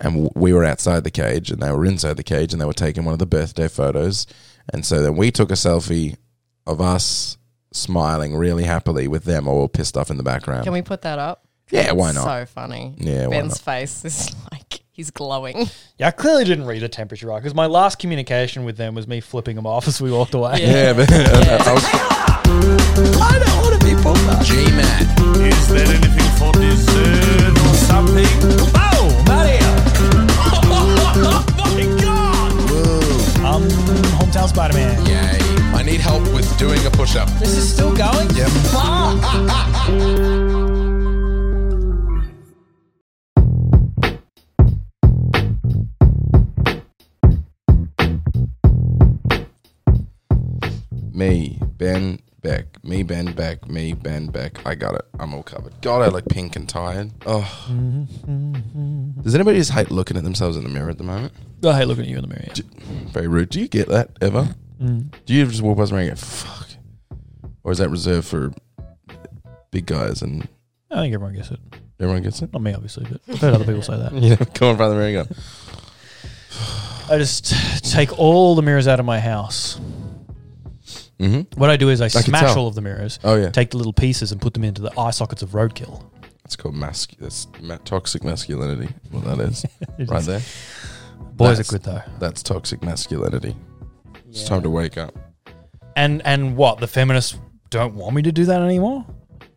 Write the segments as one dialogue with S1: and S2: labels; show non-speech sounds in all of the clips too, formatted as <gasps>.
S1: and w- we were outside the cage and they were inside the cage and they were taking one of the birthday photos. And so then we took a selfie of us smiling really happily with them all pissed off in the background.
S2: Can we put that up?
S1: yeah, why not?
S2: So funny.
S1: Yeah, why
S2: Ben's
S1: not?
S2: face is <laughs> like he's glowing.
S3: Yeah, I clearly didn't read the temperature right because my last communication with them was me flipping them off as we walked away.
S1: yeah,
S2: <laughs>
S1: but <laughs> I was,
S4: I don't want to be Pumba. G-Man.
S5: Is there anything for dessert or something?
S4: Oh, Mario. oh my God. Woo.
S3: Um, hometown Spider Man.
S1: Yay. I need help with doing a push up.
S4: This is still going?
S1: <laughs>
S4: Yep.
S1: Me, Ben Beck. Me, Ben Beck. Me, Ben Beck. I got it. I'm all covered. God, I look pink and tired. Oh. Does anybody just hate looking at themselves in the mirror at the moment?
S3: Mm-hmm. Oh, hey, look at you in the mirror. yeah.
S1: Very rude. Do you get that ever?
S3: Mm.
S1: Do you just walk past me and go, fuck? Or is that reserved for big guys and
S3: I think everyone gets it.
S1: everyone gets
S3: <laughs>
S1: it?
S3: Not me, obviously, but I've heard other people say that.
S1: You know, <laughs> come in front of the mirror and go,
S3: <laughs> I just take all the mirrors out of my house.
S1: mm hmm.
S3: What I do is I,
S1: can
S3: smash
S1: tell.
S3: all of the mirrors,
S1: Oh, yeah.
S3: take the little pieces, and put them into the eye sockets of roadkill.
S1: It's called masc. That's ma- toxic masculinity. What that
S3: <laughs>
S1: is, right there.
S3: Boys
S1: That's-
S3: are good though.
S1: That's toxic masculinity. It's time to wake up.
S3: And and what the feminists don't want me to do that anymore.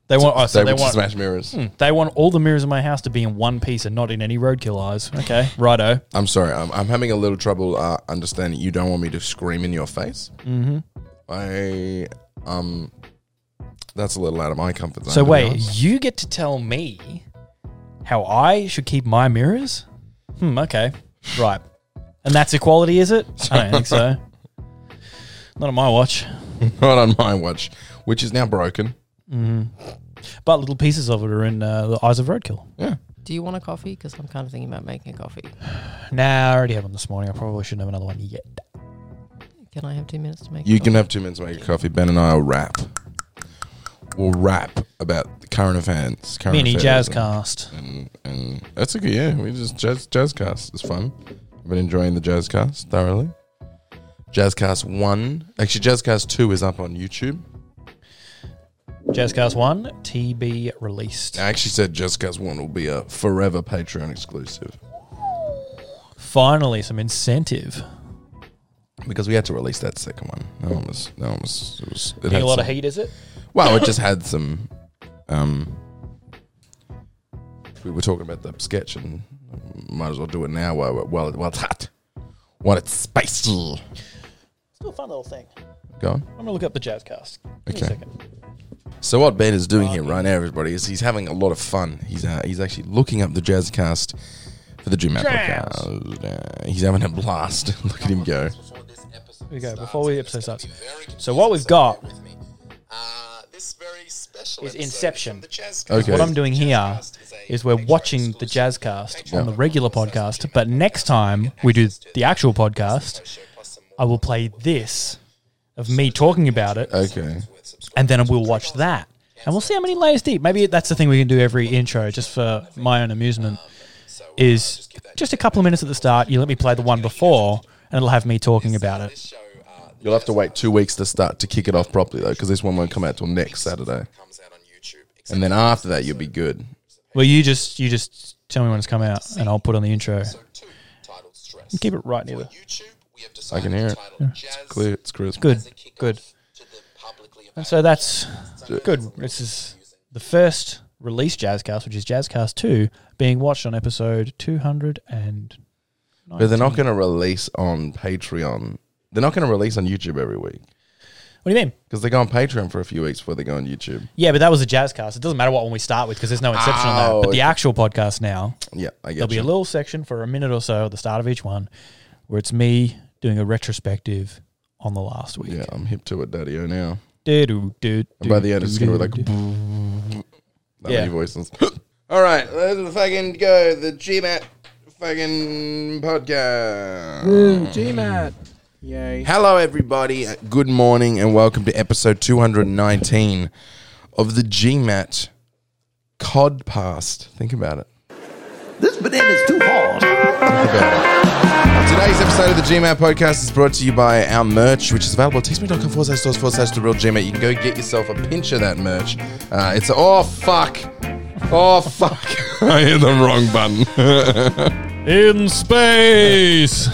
S3: They want oh, so
S1: they
S3: they,
S1: would
S3: want Hmm.
S1: smash mirrors.
S3: they want all the mirrors in my house to be in one piece and not in any roadkill <laughs> eyes. Okay, righto.
S1: I'm sorry. I'm, I'm having a little trouble uh, understanding. You don't want me to scream in your face. Mm-hmm. I um, that's a little out of my comfort zone.
S3: So
S1: to be
S3: wait,
S1: honest. <laughs>
S3: you get to tell me how I should keep my mirrors? Hmm. Okay. Right. And that's equality, is it? I don't think <laughs> so. Not on my watch.
S1: not on my watch, which is now broken.
S3: Mm-hmm. But little pieces of it are in uh, the eyes of roadkill.
S1: Yeah.
S2: Do you want a coffee? Because I'm kind of thinking about making a coffee.
S3: Nah, I already had one this morning. I probably shouldn't have another one yet.
S2: Can I have two minutes to make? a
S1: You
S2: coffee?
S1: can have two minutes to make a coffee. Ben and I will rap. We'll rap about the current events. Current
S3: Mini
S1: affairs
S3: jazz
S1: and-
S3: cast.
S1: and and that's okay. Yeah, we just jazz jazz cast. It's fun. I've been enjoying the jazz cast thoroughly. Jazzcast one, actually, Jazzcast two is up on YouTube.
S3: Jazzcast 1, TB released.
S1: I actually said Jazzcast one will be a forever Patreon exclusive
S3: Finally, some incentive.
S1: because we had to release that second one. That one was that one was it was. It
S3: Getting
S1: had
S3: a lot of
S1: some-
S3: heat, is it?
S1: Well, it just had some. Um, we were talking about the sketch, and might as well do it now while we're- while, it- while it's hot, while it's spicy.
S3: Still a fun little thing.
S1: Go on.
S3: I'm going to look up the Jazzcast. Give me
S1: Okay.
S3: a second.
S1: So what Ben is doing here right now, everybody, is he's having a lot of fun. He's uh, he's actually looking up the Jazzcast for the Dream Out podcast. Uh, he's having a blast. <laughs> Look at him go.
S3: Here we go. Before we episode starts. So what we've got
S6: Uh,
S3: is Inception.
S1: Okay.
S3: What I'm doing here is we're watching the Jazzcast on the regular podcast, but next time we do the actual podcast, I will play this of me talking about it.
S1: Okay.
S3: and then we'll watch that and we'll see how many layers deep maybe that's the thing we can do every intro just for my own amusement is Um, uh, just a couple of minutes at the start you let me play the one before and it'll have me talking about it
S1: You'll have to wait two weeks to start to kick it off properly though, because this one won't come out till next Saturday. And then after that, you'll be good.
S3: well you just you just tell me when it's come out and i'll put on the intro keep it right near the
S1: I can hear it. It's clear. It's crisp.
S3: good good and so that's good this is the first release jazzcast which is jazzcast 2 being watched on episode 200 and
S1: But they're not going to release on Patreon. They're not going to release on YouTube every week
S3: what do you mean
S1: because they go on Patreon for a few weeks before they go on YouTube.
S3: Yeah, but that was a jazz cast. It doesn't matter what one we start with because there's no inception on
S1: Oh,
S3: that. But
S1: okay.
S3: the actual podcast now,
S1: Yeah, I get
S3: there'll be
S1: you.
S3: a little section for a minute or so at the start of each one where it's me doing a retrospective on the last week.
S1: yeah, I'm hip to it, Daddy O now.
S3: Do-do, do,
S1: And by the end, it's gonna be like
S3: do, do.
S1: that <laughs>
S3: Yeah.
S1: many voices. <laughs> All right, let's fucking go. The GMAT fucking podcast.
S4: G-Man. Yay.
S1: Hello, everybody. Uh, Good morning, and welcome to episode 219 of the GMAT Codpast. Think about it.
S4: This banana's too hard.
S1: about it. Today's episode of the GMAT podcast is brought to you by our merch, which is available at teespring.com forward slash stores forward slash the real GMAT. You can go get yourself a pinch of that merch. Uh, it's, oh, fuck. Oh, fuck. <laughs> I hit the wrong button.
S3: In space.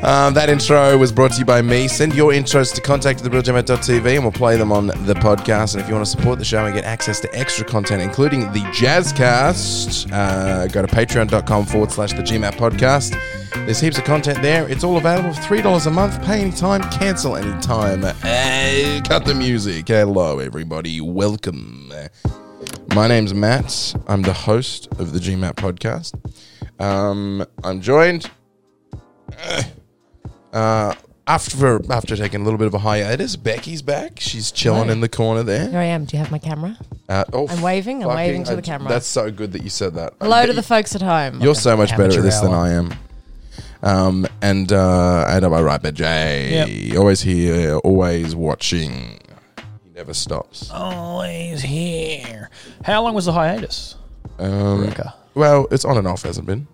S1: Um, that intro was brought to you by me. Send your intros to contact at therealgem.tv and we'll play them on the podcast. And if you want to support the show and get access to extra content, including the Jazzcast, uh, go to patreon.com forward slash the GMAT podcast. There's heaps of content there. It's all available for $3 a month. Pay anytime, cancel anytime. Uh, cut the music. Hello, everybody. Welcome. My name's Matt. I'm the host of the GMAT podcast. Um, I'm joined uh, after after taking a little bit of a hiatus, Becky's back. She's chilling
S2: Right.
S1: in the corner
S2: Here
S1: there.
S2: I am. Do you have my camera?
S1: Uh, oh,
S2: I'm waving, I'm
S1: fucking-
S2: waving to
S1: I-
S2: the camera.
S1: That's so good that you said that.
S2: Hello
S1: I-
S2: to the folks at home.
S1: You're so much better at
S3: Amateur
S1: this than
S3: hour.
S1: I am. Um, and uh, and am I right, Bad J? Always here, always watching. He never stops.
S2: Oh.
S3: Always here. How long was the hiatus?
S1: Um,
S3: Rebecca?
S1: well, it's on and off, hasn't been.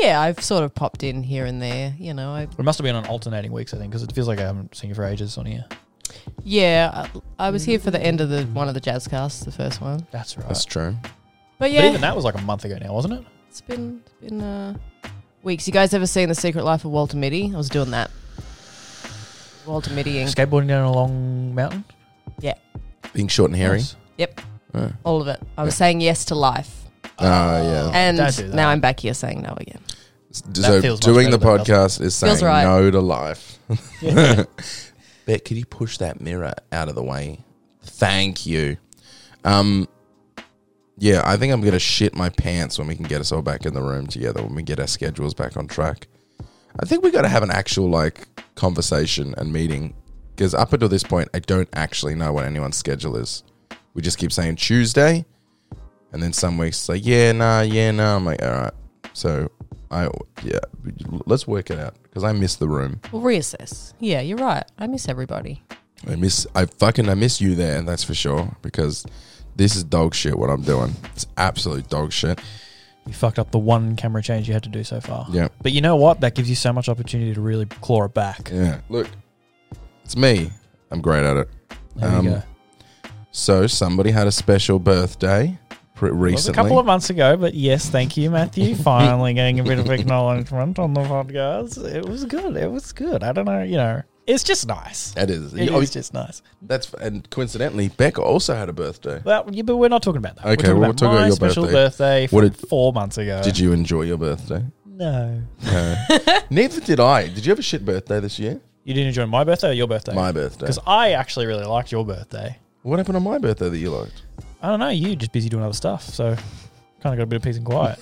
S2: yeah, I've sort of popped in here and there. You know, I
S3: It must have been on alternating weeks, I think, because it feels like I haven't seen you for ages on here.
S2: yeah, I, I was here for the end of the one of the jazz casts, the first one.
S3: That's right.
S2: Uh,
S1: That's true.
S2: But
S3: But even
S2: yeah,
S3: that was like a month ago now, wasn't it?
S2: it's been it's been uh, weeks. You guys ever seen the Secret Life of Walter Mitty? I was doing that. Walter Mitty and
S3: Skateboarding down a long mountain.
S1: Being short and hairy.
S3: Nice.
S2: yep,
S1: Oh,
S2: all of it. I was saying yes to life,
S1: Ah, yeah.
S2: and
S3: Oh. Don't do that.
S2: now I'm back here saying no again.
S1: So
S3: feels much
S1: doing the
S3: better than nothing.
S1: podcast is saying
S2: Feels right.
S1: no to
S2: <laughs>
S1: life. Bet, could you push that mirror out of the way? Thank you. Um, yeah, I think I'm gonna shit my pants when we can get us all back in the room together. When we get our schedules back on track, I think we got to have an actual like conversation and meeting because up until this point, I don't actually know what anyone's schedule is. We just keep saying Tuesday, and then some weeks it's like yeah, nah, yeah, nah. I'm like, all right. So I yeah, let's work it out because I miss the room.
S2: We'll reassess. Yeah, you're right. I miss everybody.
S1: I miss I fucking I miss you there, that's for sure. Because this is dog shit what I'm doing. It's absolute dog shit.
S3: You fucked up the one camera change you had to do so far.
S1: Yeah.
S3: But you know what? That gives you so much opportunity to really claw it back.
S1: Yeah. Look. It's me. I'm great at it.
S3: There
S1: Um,
S3: you go.
S1: So somebody had a special birthday pre-
S3: It was a couple
S1: recently.
S3: of months ago, but yes, thank you, <laughs> Matthew. Finally getting a bit of acknowledgement on the podcast. It was good. It was good. I don't know, you know. It's just nice.
S1: That is,
S3: It
S1: oh,
S3: is just nice.
S1: that's and coincidentally, Becca also had a birthday.
S3: Well, yeah, but we're not talking about that.
S1: Okay, well, we're talking
S3: my
S1: about your
S3: special
S1: birthday.
S3: birthday,
S1: What
S3: from
S1: did-
S3: four months ago.
S1: Did you enjoy your birthday?
S3: No.
S1: Neither did I. Did you have a shit birthday this year?
S3: You didn't enjoy my birthday or your birthday?
S1: My birthday.
S3: Because I actually really liked your birthday.
S1: What happened on my birthday that you liked?
S3: I don't know. You just busy doing other stuff, so kind of got a bit of peace and
S1: <laughs>
S3: quiet.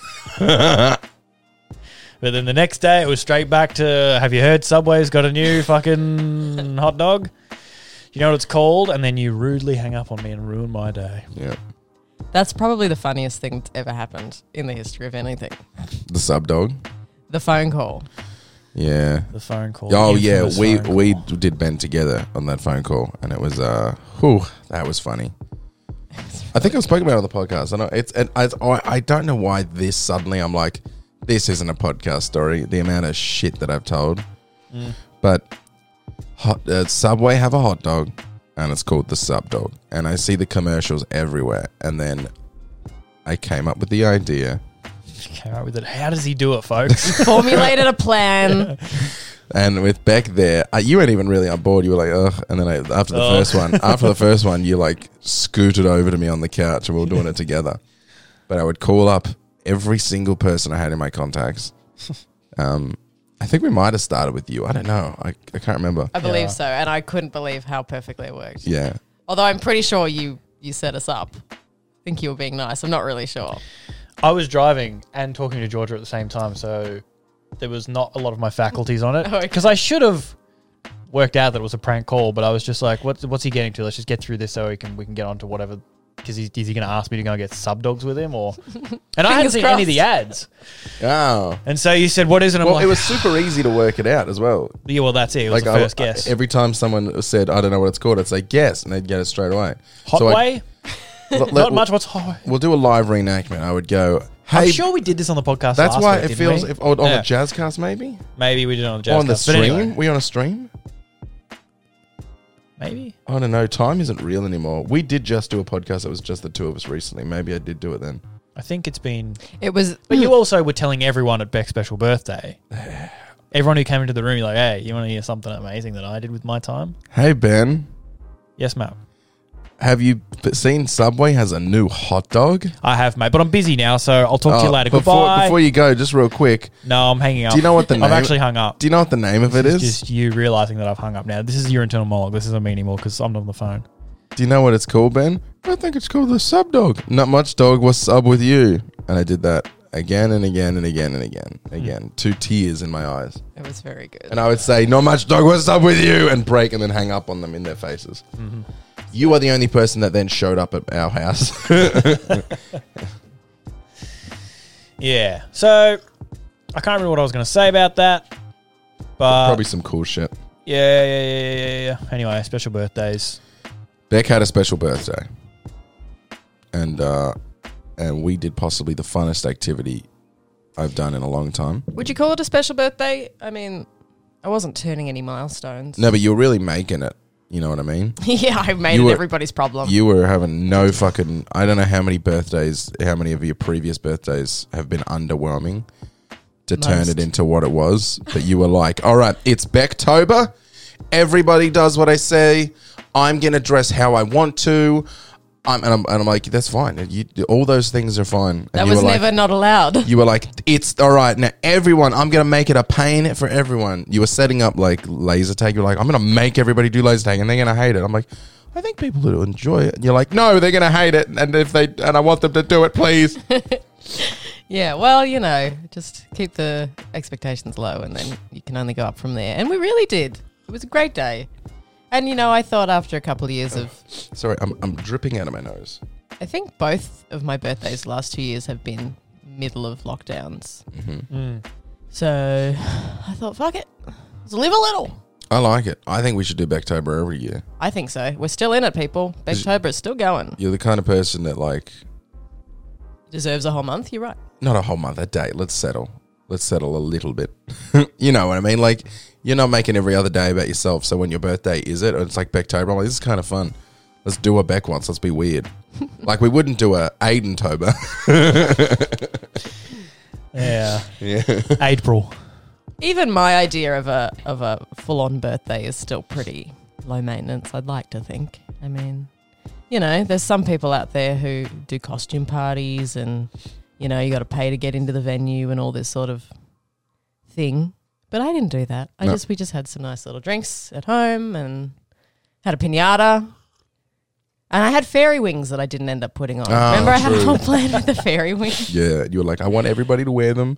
S3: but then the next day, it was straight back to Have you heard Subway's got a new fucking hot dog? You know what it's called? And then you rudely hang up on me and ruin my day.
S1: Yeah.
S2: That's probably the funniest thing that's ever happened in the history of anything.
S1: The sub dog.
S2: The phone call.
S1: Yeah.
S3: The phone call.
S1: Oh
S3: the
S1: yeah,
S3: infamous
S1: we
S3: phone
S1: we
S3: call.
S1: did bend together on that phone call, and it was uh, whew, that was funny. I think I've spoken about it on the podcast. I know it's and I, I I don't know why this suddenly I'm like this isn't a podcast story. The amount of shit that I've told, Mm. but hot uh, Subway have a hot dog, and it's called the Sub Dog, and I see the commercials everywhere, and then I came up with the idea.
S3: Came out with it. How does he do
S1: <laughs>
S3: it, folks?
S2: <laughs> Formulated a <laughs> plan.
S1: And with Beck there, uh, you weren't even really on board. You were like, ugh. And then I, after the
S3: Oh.
S1: first
S3: <laughs>
S1: one, after the first one, you like scooted over to me on the couch and we were doing it together. But I would call up every single person I had in my
S3: <laughs>
S1: contacts. Um, I think we might have started with you. I don't know. I, I can't remember.
S2: I believe
S3: Yeah.
S2: so, and I couldn't believe how perfectly it worked.
S1: Yeah.
S2: Although I'm pretty sure you you set us up. I think you were being nice. I'm not really sure.
S3: I was driving and talking to Georgia at the same time, so there was not a lot of my faculties on it.
S2: Oh, <laughs> okay.
S3: Because I should have worked out that it was a prank call, but I was just like, "What's what's he getting to? Let's just get through this so we can we can get on to whatever." Because is he going to ask me to go and get sub dogs with
S2: <laughs>
S3: him, or? And I hadn't
S2: Fingers
S3: seen any of the ads,
S1: Oh.
S3: and so you said, "What is it?" I'm
S1: Well,
S3: like,
S1: it was super easy to work it out as well.
S3: "Yeah, well, that's it. It was the
S1: I-
S3: first guess."
S1: I- every time someone said, I don't know what it's called, I'd say guess, and they'd get it straight away.
S3: Hot
S1: So I-
S3: way,
S1: let- let-
S3: not much. What's hot? way?
S1: We'll do a live reenactment. I would go,
S3: I'm
S1: Hey,
S3: sure we did this on the podcast.
S1: That's
S3: last
S1: why
S3: week,
S1: it
S3: didn't
S1: feels
S3: we?
S1: if, on
S3: Yeah.
S1: the Jazzcast maybe
S3: maybe we did it on the jazz
S1: on the
S3: Cast, but
S1: stream.
S3: anyway.
S1: we on a stream?
S3: maybe
S1: I don't know. Time isn't real anymore. We did just do a podcast that was just the two of us recently. Maybe I did do it then.
S3: I think it's been.
S2: <clears throat> It was.
S3: But you also were telling everyone at Beck's
S1: <sighs>
S3: special birthday. Everyone who came into the room, you're like, hey, you want to hear something amazing that I did with my time?
S1: Hey Ben,
S3: Yes, mate.
S1: have you p- seen Subway has a new hot dog?
S3: I have, mate. But I'm busy now, so I'll talk to you
S1: Uh,
S3: later.
S1: Before,
S3: Goodbye.
S1: before you go, just real quick,
S3: no, I'm hanging up.
S1: do you know what the name?
S3: I've actually hung up.
S1: do you know what the name of it
S3: It's
S1: <laughs> is?
S3: just you realizing that I've hung up now. This is your internal monologue. This isn't me anymore because I'm not on the phone.
S1: Do you know what it's called, Ben? I think it's called the sub dog. Not much dog. What's up with you? And I did that again and again and again and again
S3: Hmm.
S1: again. Two tears in my eyes.
S2: It was very good.
S1: And I would say, not much dog. What's up with you? And break and then hang up on them in their faces. You are the only person that then showed up at our house. <laughs>
S3: Yeah. So I can't remember what I was going to say about that. But
S1: Probably some cool shit.
S3: yeah, yeah, yeah, yeah, yeah, yeah. Anyway, special birthdays.
S1: Beck had a special birthday, and uh, and we did possibly the funnest activity I've done in a long time.
S2: Would you call it a special birthday? I mean, I wasn't turning any milestones.
S1: No, but you're really making it. You know what I mean?
S2: <laughs> yeah, I made
S1: You
S2: it
S1: were-
S2: everybody's problem.
S1: You were having no fucking. I don't know how many birthdays, how many of your previous birthdays have been underwhelming to turn
S2: Most.
S1: it into what it was. But you were like, all right, it's Becktober. Everybody does what I say. I'm going to dress how I want to. I'm, and, I'm, and I'm like, that's fine. You, all those things are fine. And
S2: that
S1: you
S2: was
S1: were like-
S2: never not allowed.
S1: you were like, it's all right now. Everyone, I'm gonna make it a pain for everyone. You were setting up like laser tag. You're like, I'm gonna make everybody do laser tag, and they're gonna hate it. I'm like, I think people will enjoy it. And you're like, no, they're gonna hate it, and if they and I want them to do it, please.
S2: Yeah, well, you know, just keep the expectations low and then you can only go up from there. And we really did. It was a great day. And, you know, I thought after a couple of years of,
S1: Sorry, I'm, I'm dripping out of my nose.
S2: I think both of my birthdays the last two years have been middle of lockdowns. So I thought, fuck it. Let's live a little.
S1: I like it. I think we should do Backtober every year.
S2: I think so. We're still in it, people. Backtober is still going.
S1: You're the kind of person that like
S2: Deserves a whole month. You're right.
S1: not a whole month, a day. Let's settle. Let's settle a little bit. <laughs> you know what I mean? Like you're not making every other day about yourself. So when your birthday is it, or it's like Becktober. I'm like, this is kind of fun. Let's do a Beck once. Let's be
S2: <laughs>
S1: weird. like we wouldn't do a Aiden Tober. <laughs>
S3: Yeah.
S1: <laughs> yeah.
S3: April.
S2: Even my idea of a of a full on birthday is still pretty low maintenance. I'd like to think. I mean, you know, there's some people out there who do costume parties, and you know, you got to pay to get into the venue and all this sort of thing. But I didn't do that. I
S1: No.
S2: just we just had some nice little drinks at home and had a pinata. And I had fairy wings that I didn't end up putting on.
S1: Ah,
S2: Remember, I had a
S1: true.
S2: whole plan with the fairy wings.
S1: Yeah. You were like, I want everybody to wear them.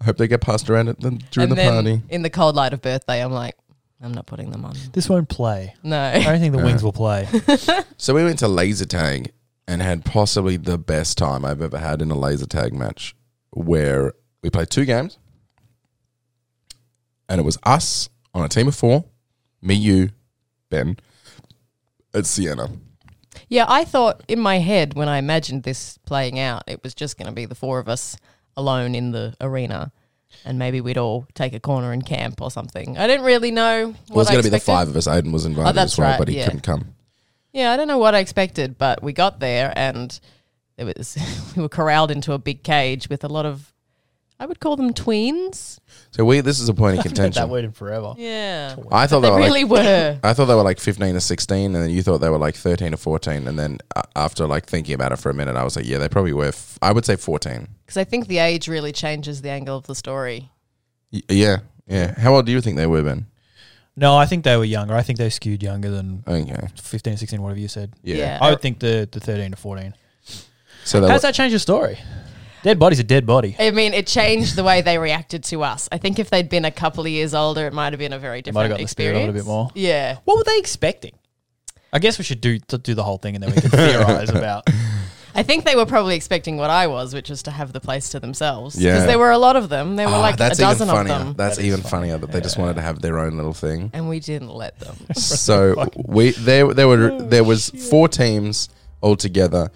S1: I hope they get passed around at the, during
S2: and
S1: the
S2: then
S1: party.
S2: in the cold light of birthday, I'm like, I'm not putting them on.
S3: This won't play.
S1: <laughs>
S2: No.
S3: I don't think the
S1: Uh.
S3: wings will play.
S1: So we went to laser tag and had possibly the best time I've ever had in a laser tag match where we played two games and it was us on a team of four, me, you, Ben, at Sienna.
S2: Yeah, I thought in my head when I imagined this playing out, it was just going to be the four of us alone in the arena. And maybe we'd all take a corner and camp or something. I didn't really know what
S1: Well, it was
S2: I
S1: going to be the
S2: expected.
S1: five of us. Aiden was invited
S2: Oh, that's
S1: as well,
S2: right,
S1: but he
S2: yeah.
S1: couldn't come.
S2: Yeah, I don't know what I expected, but we got there and it was <laughs> we were corralled into a big cage with a lot of, I would call them tweens.
S1: So we this is a
S2: <laughs>
S1: point of
S3: that
S1: contention.
S3: word in forever.
S2: Yeah,
S1: I thought they,
S2: <laughs> they
S1: were
S2: really
S1: like,
S2: were.
S1: I thought they were like 15 or 16 and then you thought they were like 13 or 14 and then uh, after like thinking about it for a minute I was like yeah they probably were f- I would say 14.
S2: Because I think the age really changes the angle of the story.
S1: Y- yeah. Yeah. How old do you think they were Ben?
S3: No, I think they were younger. I think they skewed younger than
S1: Okay.
S3: 15, 16, whatever you said.
S1: Yeah.
S2: Yeah.
S3: I would think the, the 13 to 14.
S1: So they
S3: How
S1: were,
S3: does that change your story? Dead body's a dead body.
S2: I mean, it changed the way they reacted to us. I think if they'd been a couple of years older, it might have been a very different
S3: might have got the spirit
S2: experience.
S3: of it a bit more.
S2: Yeah.
S3: What were they expecting? I guess we should do to do the whole thing and then we
S1: <laughs>
S3: can theorize about.
S2: I think they were probably expecting what I was, which was to have the place to themselves. Because
S1: Yeah.
S2: there were a lot of them. There were
S1: Ah,
S2: like a
S1: that's even
S2: dozen of
S1: funnier.
S2: them.
S1: That's even funnier that they just wanted to have their own little
S2: <laughs>
S1: thing.
S2: and we didn't let them. Oh,
S1: so we there there were there was four teams all together,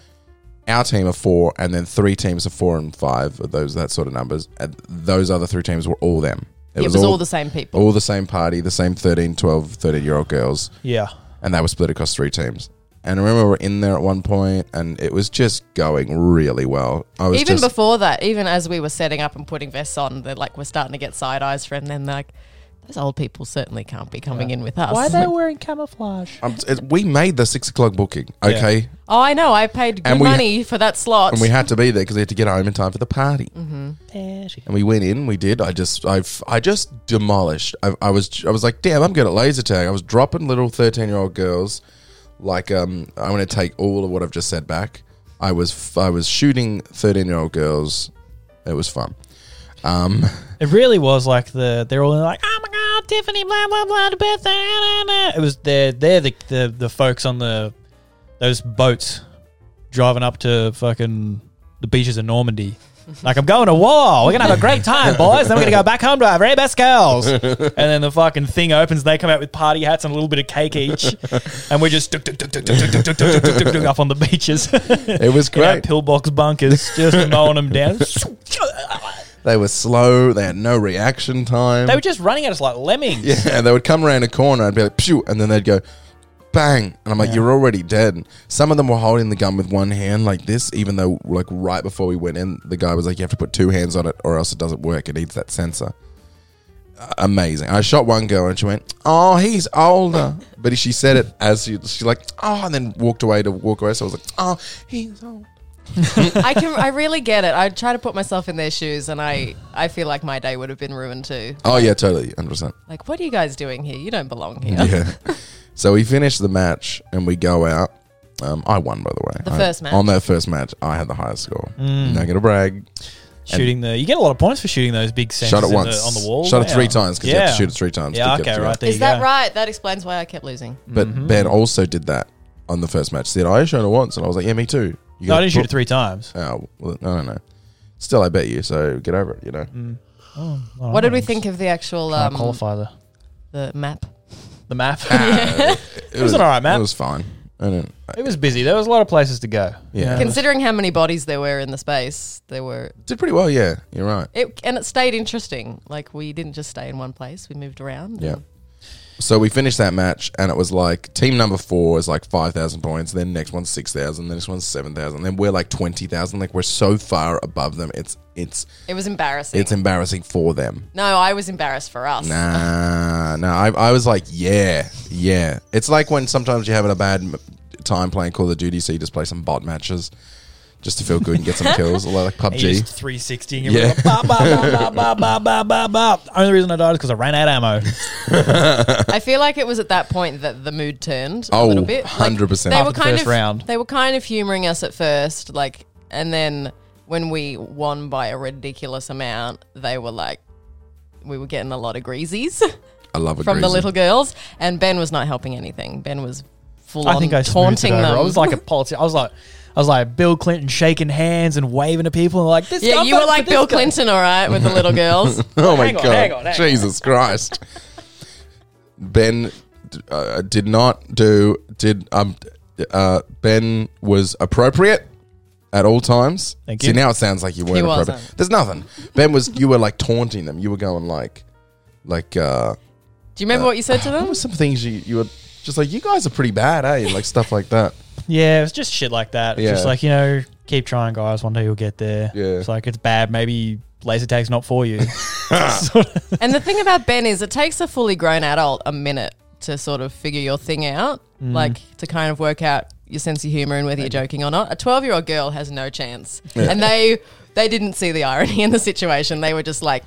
S1: our team of four, and then three teams of four and five, of those that sort of numbers. And those other three teams were all them.
S2: It, was, all, the same people.
S1: all the same party, the same 13, 12, 13 year old girls,
S3: Yeah.
S1: and they were split across three teams. And I remember we were in there at one point, and it was just going really well. I was
S2: even
S1: just,
S2: before that, even as we were setting up and putting vests on, they're like we're starting to get side eyes from them. They're like those old people certainly can't be coming in with us.
S3: Why
S2: <laughs>
S3: are they wearing camouflage?
S1: I'm- it- we made the six o'clock booking, okay,
S2: oh, I know. I paid good
S1: And we-
S2: money for that slot.
S1: and we had to be there because we had to get home in time for the party. And we went in, we did. I just, I, have I just demolished. I, I was, I was like, damn, I'm good at laser tag. I was dropping little thirteen year old girls. Like, um, I'm going to take all of what I've just said back. I was, f- I was shooting thirteen year old girls. It was fun. Um,
S3: It really was like the they're all like, oh my god, Tiffany, blah blah blah, the birthday. da, da, da." It was they're they're the, the the folks on the those boats driving up to fucking the beaches of Normandy. Like I'm going to war. We're gonna have a great time, boys. Then we're gonna go back home to our very best girls. And then the fucking thing opens. They come out with party hats and a little bit of cake each, and we're just tuk, tuk, tuk, tuk, tuk, tuk, tuk, tuk, tuk, tuk, tuk, tuk, up on the beaches,
S1: it was
S3: in our
S1: great.
S3: pillbox bunkers, just mowing them down.
S1: They were slow. They had no reaction time.
S3: They were just running at us like lemmings.
S1: Yeah, and they would come around a corner and be like, pew, and then they'd go, bang. And I'm like, you're already dead. Some of them were holding the gun with one hand like this, even though, like, right before we went in, the guy was like, you have to put two hands on it or else it doesn't work. It needs that sensor. A- Amazing. I shot one girl and she went, oh, he's older. But she said it as she, she like, oh, and then walked away to walk away. So I was like, oh, he's old.
S2: I can. I really get it. I try to put myself in their shoes, and I I feel like my day would have been ruined too.
S1: Oh, yeah, totally. 100%.
S2: Like, what are you guys doing here? You don't belong here.
S1: <laughs> Yeah. so we finish the match and we go out. Um, I won, by the way.
S2: The
S1: I-
S2: first match.
S1: On that first match, I had the highest score.
S3: Mm.
S1: Not gonna brag.
S3: shooting the. You get a lot of points for shooting those big sensors
S1: Shot it
S3: in the-
S1: once
S3: on the wall.
S1: Shot it
S3: Wow.
S1: three times because you have to shoot it three times.
S3: Yeah,
S1: to get
S3: okay,
S1: to it.
S3: right. Mm-hmm. There
S2: Is
S3: you
S2: that
S3: go.
S2: right? That explains why I kept losing.
S1: But Ben also did that on the first match. Said I shot it once, and I was like, "Yeah, me too." You
S3: No, I
S1: gotta
S3: didn't shoot
S1: put-
S3: it three times.
S1: Oh, well, I don't know. Still, I bet you. So get over it. You know.
S3: Mm.
S2: What did we think of the actual
S3: Um,
S2: um,
S3: qualify the
S2: the map? <laughs>
S3: the map.
S1: It,
S3: was an alright match.
S1: It was fine. I didn't. I-
S3: <laughs> it was busy. There was a lot of places to go.
S1: Yeah.
S2: Considering how many bodies there were in the space, there were
S1: Did pretty well. Yeah, you're right.
S2: it, and it stayed interesting. Like we didn't just stay in one place; we moved around.
S1: Yeah. So we finished that match, and it was like team number four is like five thousand points. Then next one's six thousand. Then next one's seven thousand. Then we're like twenty thousand. Like we're so far above them. It's it's
S2: It was embarrassing.
S1: it's embarrassing for them.
S2: no, I was embarrassed for us.
S1: Nah, no. I I was like, yeah, yeah. It's like when sometimes you're having a bad m- time playing Call of Duty, so you just play some bot matches just to feel good and get some kills, or like
S3: And you
S1: PUBG.
S3: just 360 and
S1: Yeah.
S3: yeah. bop, bop, bop, bop, bop, bop, bop, bop. The only reason I died is because I ran out of
S2: <laughs>
S3: ammo.
S2: I feel like it was at that point that the mood turned
S1: Oh,
S2: a little bit. Like,
S1: 100%.
S2: They
S1: After
S2: were
S3: the
S2: kind
S3: first
S2: of
S3: round.
S2: they were kind of humoring us at first, like, and then when we won by a ridiculous amount, they were like, we were getting a lot of greasies <laughs>
S1: I love it.
S2: from the little girls, and Ben was not helping anything. Ben was full
S3: I
S2: on
S3: think I
S2: taunting
S3: taunting it over.
S2: them.
S3: I was like a politician. I was like, I was like Bill Clinton shaking hands and waving to people and like this.
S2: yeah,
S3: guy
S2: you were
S3: voted for
S2: like
S3: this
S2: Bill
S3: guy.
S2: Clinton, all right, with the little girls.
S1: Oh my
S3: Hang on,
S1: god!
S3: hang on, hang on.
S1: Jesus Christ! ben d- uh, did not do did um uh, Ben was appropriate at all times.
S3: Thank
S1: See
S3: you.
S1: now it sounds like you weren't
S2: wasn't.
S1: appropriate. There's nothing. Ben was you were like taunting them. You were going like like uh
S2: Do you remember what you said to
S1: what
S2: them?
S1: were some things you you were just like you guys are pretty bad, eh? Like stuff like
S2: <laughs>
S1: that.
S3: Yeah, it was just shit like that. It's
S1: Yeah.
S3: Just like you know, keep trying, guys. One day you'll get there.
S1: Yeah.
S3: it's like it's bad. Maybe laser tag's not
S1: <laughs>
S3: for you. <laughs>
S2: And the thing about Ben is it takes a fully grown adult a minute to sort of figure your thing out,
S1: Mm.
S2: like to kind of work out your sense of humor and whether you're joking or not. A 12 year old girl has no chance. And they they didn't see the irony in the situation. They were just like,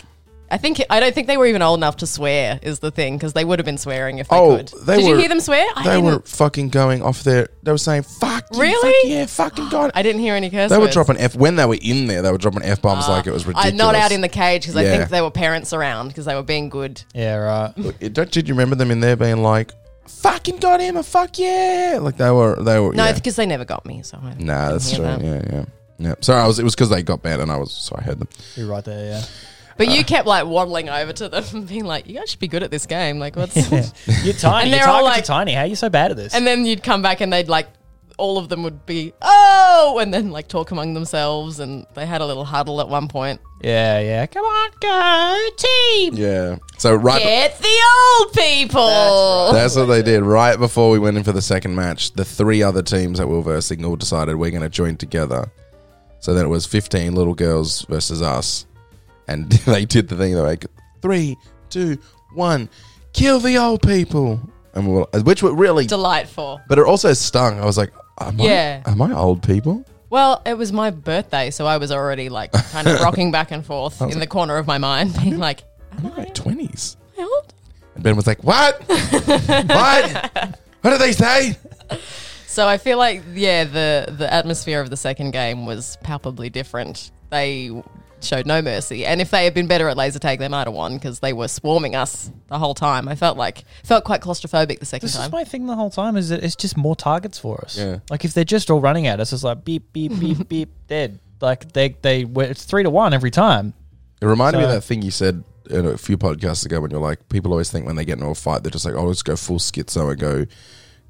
S2: I think I don't think they were even old enough to swear is the thing because they would have been swearing if they
S1: Oh,
S2: could.
S1: they
S2: Did you
S1: were-
S2: hear them swear? I
S1: They
S2: didn't.
S1: were fucking going off their they were saying fuck you, fuck
S2: Really?
S1: yeah, fucking god.
S2: I didn't hear any curse
S1: they were
S2: words.
S1: dropping F when they were in there, they were dropping F bombs like it was ridiculous.
S2: I, Uh, not out in the cage because I
S1: Yeah.
S2: think there were parents around because they were being good.
S3: yeah, right.
S1: It- Don't did you remember them in there being like, "Fucking got him! A fuck yeah!" Like they were, they were.
S2: No,
S1: yeah.
S2: because they never got me. So I didn't
S1: nah, that's
S2: hear
S1: true.
S2: them.
S1: Yeah, yeah, yeah. Sorry, I was. It was because they got banned, and I was. So I heard them.
S3: You're right there. Yeah.
S2: But you kept like waddling over to them, and being like, "You guys should be good at this game." Like, what's?
S3: You're
S1: <laughs>
S2: And
S3: tiny. Your
S2: they're all
S3: targets
S2: like-
S3: are tiny. How are you so bad at this?
S2: and then you'd come back, and they'd like all of them would be oh, and then like talk among themselves, and they had a little huddle at one point.
S3: Yeah, yeah. Come on, go team.
S1: Yeah. So right.
S2: Get the old people.
S1: That's what they did. Right before we went in for the second match, the three other teams that we were versing all decided we're going to join together. So then it was 15 little girls versus us. And <laughs> they did the thing. They're like, three, two, one, kill the old people. And we were, which were really,
S2: Delightful.
S1: but it also stung. I was like, am
S2: Yeah.
S1: I, am I old people?
S2: Well, it was my birthday, so I was already like kind of rocking back and forth in the corner of my mind, being like,
S1: I'm in my 20s.
S2: "Am I old?"
S1: And Ben was like, what? what? What did they say?
S2: So I feel like yeah, the the atmosphere of the second game was palpably different. They showed no mercy, and if they had been better at laser tag, they might have won because they were swarming us the whole time. I felt like felt quite claustrophobic the second
S3: This
S2: time.
S3: is my thing the whole time is that it's just more targets for us.
S1: Yeah.
S3: Like if they're just all running at us, it's like beep
S2: <laughs>
S3: beep beep beep dead. Like they they were- it's three to one every time.
S1: It reminded me
S3: So-
S1: of that thing you said you know, a few podcasts ago when you're like, people always think when they get into a fight, they're just like, oh, let's go full schizo and go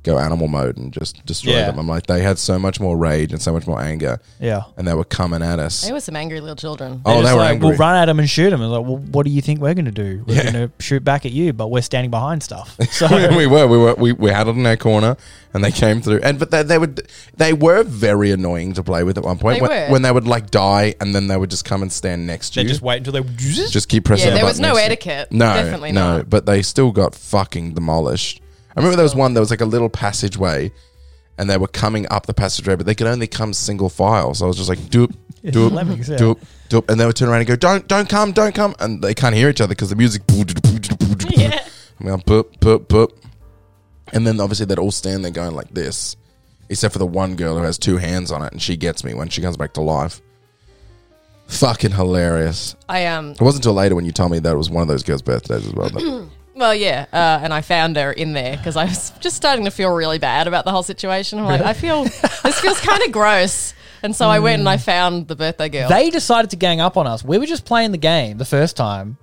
S1: go animal mode and just destroy
S3: Yeah.
S1: them. I'm like, they had so much more rage and so much more anger,
S3: Yeah.
S1: and they were coming at us.
S2: They were some angry little children.
S1: oh, they
S3: They're just
S1: were
S3: like,
S1: angry.
S3: We'll run at them and shoot them. It's like, well, what do you think we're going to do? We're
S1: Yeah.
S3: going to shoot back at you, but we're standing behind
S1: <laughs>
S3: stuff. So
S1: we were, we were, we, we had it in our corner, and they came through. And but they, they would, they were very annoying to play with at one point
S2: They
S1: when,
S2: were.
S1: when they would like die, and then they would just come and stand next to
S3: they
S1: you.
S3: just wait until they
S1: just keep pressing.
S2: Yeah,
S1: the
S2: there was
S1: button
S2: no
S1: next to-
S2: etiquette.
S1: No,
S2: Definitely
S1: no.
S2: not.
S1: But they still got fucking demolished. I remember there was one. There was like a little passageway, and they were coming up the passageway, but they could only come single file. So I was just like, doop, doop,
S3: lemmings, yeah.
S1: doop, doop, and they would turn around and go, don't, don't come, don't come, and they can't hear each other because the
S2: <laughs>
S1: music. Yeah. I'm going boop, boop, boop, and then obviously they'd all stand there going like this, except for the one girl who has two hands on it, and she gets me when she comes back to life. Fucking hilarious.
S2: I um
S1: It wasn't until later when you told me that it was one of those girls' birthdays as well. that-
S2: Well, yeah, uh, and I found her in there because I was just starting to feel really bad about the whole situation. I'm like, I feel <laughs> this feels kind of gross, and so I went and I found the birthday girl.
S3: <laughs> They decided to gang up on us. We were just playing the game the first time.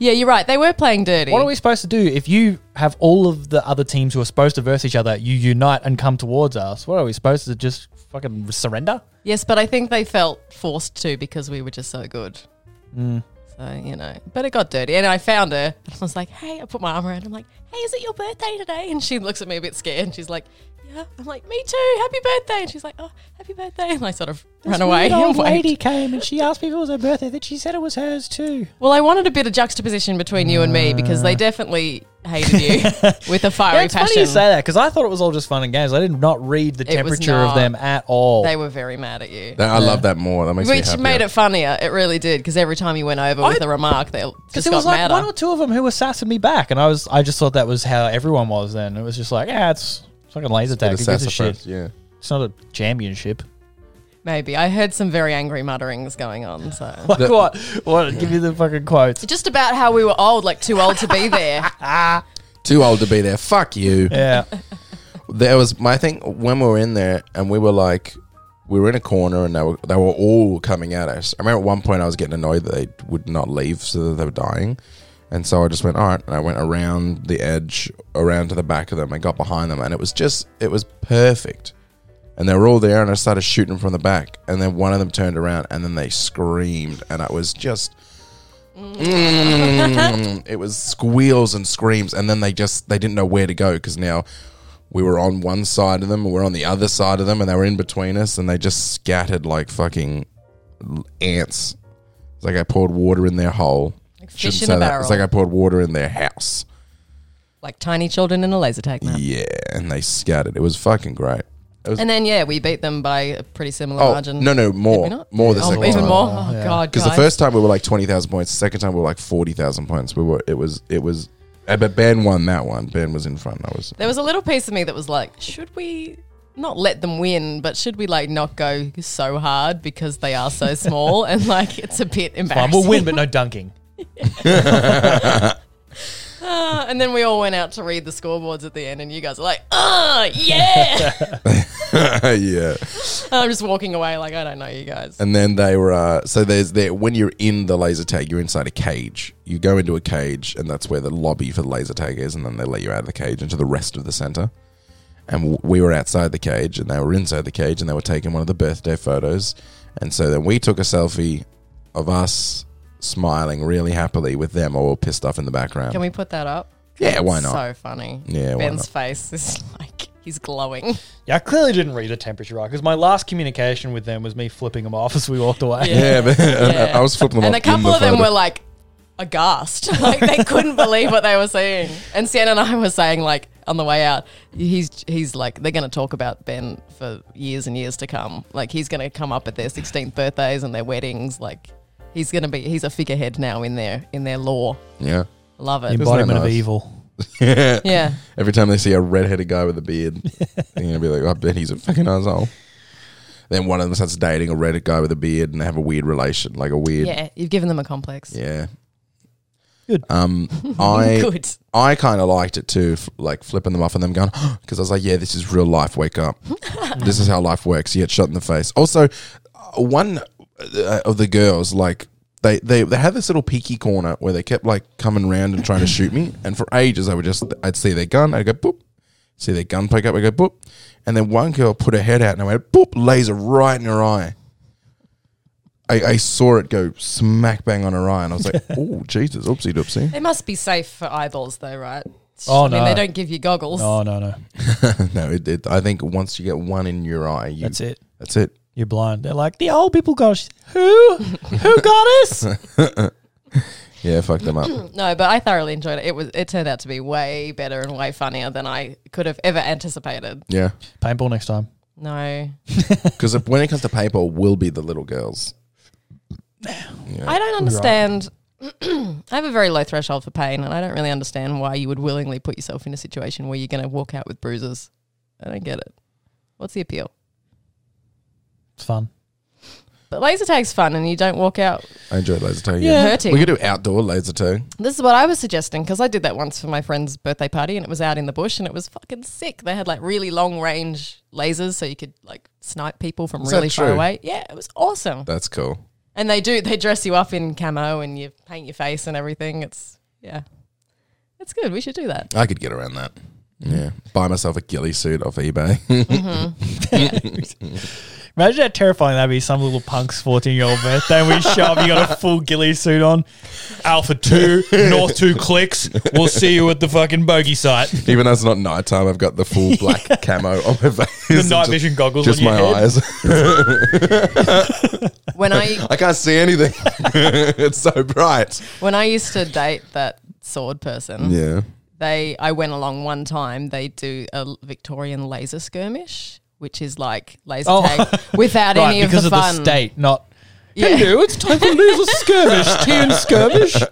S2: yeah, you're right. They were playing dirty.
S3: What are we supposed to do if you have all of the other teams who are supposed to verse each other, you unite and come towards us? What are we supposed to just fucking surrender?
S2: yes, but I think they felt forced to because we were just so good. So you know, but it got dirty, and I found her. <laughs> I was like, hey, I put my arm around. her. I'm like, hey, is it your birthday today? And she looks at me a bit scared, and she's like. Yeah, I'm like, me too. Happy birthday! And she's like, oh, happy birthday! And I sort of ran away. and <laughs> waved.
S3: came and she asked me if it was her birthday. That she said it was hers too.
S2: Well, I wanted a bit of juxtaposition between you and me because they definitely hated you with a fiery
S3: it's
S2: passion.
S3: funny you say that because I thought it was all just fun and games. I did not read the
S2: was
S3: temperature of
S2: not.
S3: them at all.
S2: they were very mad at you,
S1: that- I love that more. That makes me
S2: which
S1: happy.
S2: made it funnier. It really did because every time you went over with
S3: I-
S2: a remark, they just
S3: because there
S2: got
S3: was like
S2: madder.
S3: one or two of them who were sassing me back, and I was I just thought that was how everyone was then. It was just like, yeah, it's fucking laser tag.
S1: The
S3: Who gives a shit?
S1: sassafras, yeah.
S3: It's not a championship. <laughs>
S2: Maybe I heard some very angry mutterings going on. So
S3: Like what? What? Give me the
S2: <laughs>
S3: fucking quotes.
S2: just about how we were old, like too old to
S1: <laughs>
S2: be there.
S1: Too old to be there. Fuck you.
S3: Yeah.
S1: There was my thing when we were in there and we were like, we were in a corner and they were they were all coming at us. I remember at one point I was getting annoyed that they would not leave, so that they were dying. And so I just went, all right. And I went around the edge, around to the back of them, and got behind them. And it was just, it was perfect. And they were all there, and I started shooting from the back. And then one of them turned around, and then they screamed. And it was just, Mm. it was squeals and screams. And then they just, they didn't know where to go because now we were on one side of them, and we are on the other side of them, and they were in between us, and they just scattered like fucking l- ants. It's like I poured water in their hole.
S2: Like fish
S1: Shouldn't
S2: in
S1: say
S2: a
S1: that. It's like
S2: barrel.
S1: I poured water in their house.
S2: like tiny children in a laser tag map.
S1: Yeah, and they scattered. It was fucking great.
S2: And then yeah, we beat them by a pretty similar
S1: Oh
S2: margin.
S1: no, no
S2: Did we
S1: more,
S2: not?
S1: more the
S2: Oh,
S1: second
S2: even
S1: time.
S2: more. Oh god,
S1: Because the
S2: guys.
S1: first time we were like twenty thousand points. The second time we were like forty thousand points. We were. It was. It was. uh, But Ben won that one. Ben was in front. I was. <laughs>
S2: There was a little piece of me that was like, should we not let them win, but should we like not go so hard because they
S1: <laughs>
S2: are so small and like it's a bit
S3: Fine,
S2: embarrassing.
S3: we'll win, but no dunking.
S2: Uh, <laughs> and then we all went out to read the scoreboards at the end, and you guys are like, "Ah,
S1: <laughs>
S2: yeah!" <laughs>
S1: yeah.
S2: I'm just walking away like I don't know you guys.
S1: And then they were uh, so there's there when you're in the laser tag, you're inside a cage. You go into a cage, and that's where the lobby for the laser tag is, and then they let you out of the cage into the rest of the center. and w- we were outside the cage and they were inside the cage and they were taking one of the birthday photos and so then we took a selfie of us smiling really happily with them all pissed off in the background
S2: Can we put that up?
S1: yeah why not
S2: So funny.
S1: yeah why
S2: Ben's
S1: not
S2: face is like he's glowing.
S3: Yeah, I clearly didn't read the temperature right because my last communication with them was me flipping them off as we walked away.
S2: Yeah.
S1: yeah, but
S2: <laughs> Yeah.
S1: I was flipping them
S2: and
S1: off
S2: a
S1: in
S2: couple
S1: the
S2: of them
S1: photo.
S2: were like aghast. <laughs> Like they couldn't believe what they were seeing. And Sienna and I were saying like on the way out, he's he's like they're gonna talk about Ben for years and years to come. Like he's gonna come up at their sixteenth birthdays and their weddings, like he's gonna be he's a figurehead now in their in their lore.
S1: yeah
S2: Love it.
S3: Embodiment of
S1: nice?
S3: evil.
S1: yeah <laughs>
S2: Yeah.
S1: Every time they see a redheaded guy with a
S2: <laughs>
S1: beard, they're gonna be like, "Oh, "I bet he's a fucking asshole." Then one of them starts dating a redheaded guy with a beard, and they have a weird relation, like a weird, yeah.
S2: Yeah. You've given them a complex.
S3: Good.
S2: <laughs>
S1: Um, I
S2: Good.
S1: I kind of liked it too, f- like flipping them off and them going, <gasps> because I was like, yeah, this is real life. Wake up. this is how life works. You get shot in the face. Also, uh, one uh, of the girls, like, they, they, they had this little peaky corner where they kept like coming round and trying to shoot me. And for ages, I would just, I'd see their gun, I'd go boop, see their gun poke up, I'd go boop. And then one girl put her head out and I went boop, laser right in her eye. I, I saw it go smack bang on her eye and I was like, oh, Jesus, oopsie doopsie.
S2: They must be safe for eyeballs though, right?
S3: Oh,
S2: I mean,
S3: no.
S2: they don't give you goggles.
S3: No, no, no.
S1: no, it, it, I think once you get one in your eye, you,
S3: That's it.
S1: That's it.
S3: You're blind. They're like, the old people got us. <laughs>
S2: <laughs>
S3: Who? Who got us?
S1: Yeah, fuck them
S2: <clears throat>
S1: up.
S2: No, but I thoroughly enjoyed it. It was it turned out to be way better and way funnier than I could have ever anticipated.
S1: Yeah,
S3: Paintball next time.
S2: No.
S1: because when it comes to paintball, will be the little girls.
S2: I don't understand <clears throat> I have a very low threshold for pain and I don't really understand why you would willingly put yourself in a situation where you're gonna walk out with bruises. I don't get it. What's the appeal?
S3: It's fun.
S2: But laser tag's fun and you don't walk out
S1: I enjoy laser tag. Yeah,
S2: hurting.
S1: we could do outdoor laser tag.
S2: This is what I was suggesting because I did that once for my friend's birthday party and it was out in the bush and it was fucking sick. They had like really long range lasers so you could like snipe people from
S1: Is that
S2: really far
S1: true?
S2: away. Yeah, it was awesome.
S1: That's cool.
S2: And they do, they dress you up in camo and you paint your face and everything. It's, yeah, it's good. We should do
S3: <laughs>
S2: that.
S1: I could get around that. Yeah, buy myself a ghillie suit off eBay. <laughs>
S3: Imagine how terrifying that'd be. Some little punk's 14 year old birthday. We show up, you got a full ghillie suit on.
S1: <laughs>
S3: Alpha 2, North 2 clicks. We'll see you at the fucking bogey site.
S1: Even though it's not nighttime, I've got the
S3: <laughs>
S1: full black camo on my face.
S3: The
S1: and
S3: night
S1: just-
S3: vision goggles
S1: just
S3: on your
S1: my
S3: head.
S1: eyes.
S2: When I,
S1: I can't see anything. <laughs> it's so bright.
S2: when I used to date that sword person,
S1: Yeah.
S2: they I went along one time. They do a Victorian laser skirmish, which is like laser
S3: Oh.
S2: tag without
S3: <laughs> Right,
S2: any of
S3: because
S2: the
S3: of
S2: fun.
S3: the state, not.
S2: Yeah.
S3: Hello, it's time for laser skirmish. Tea and skirmish.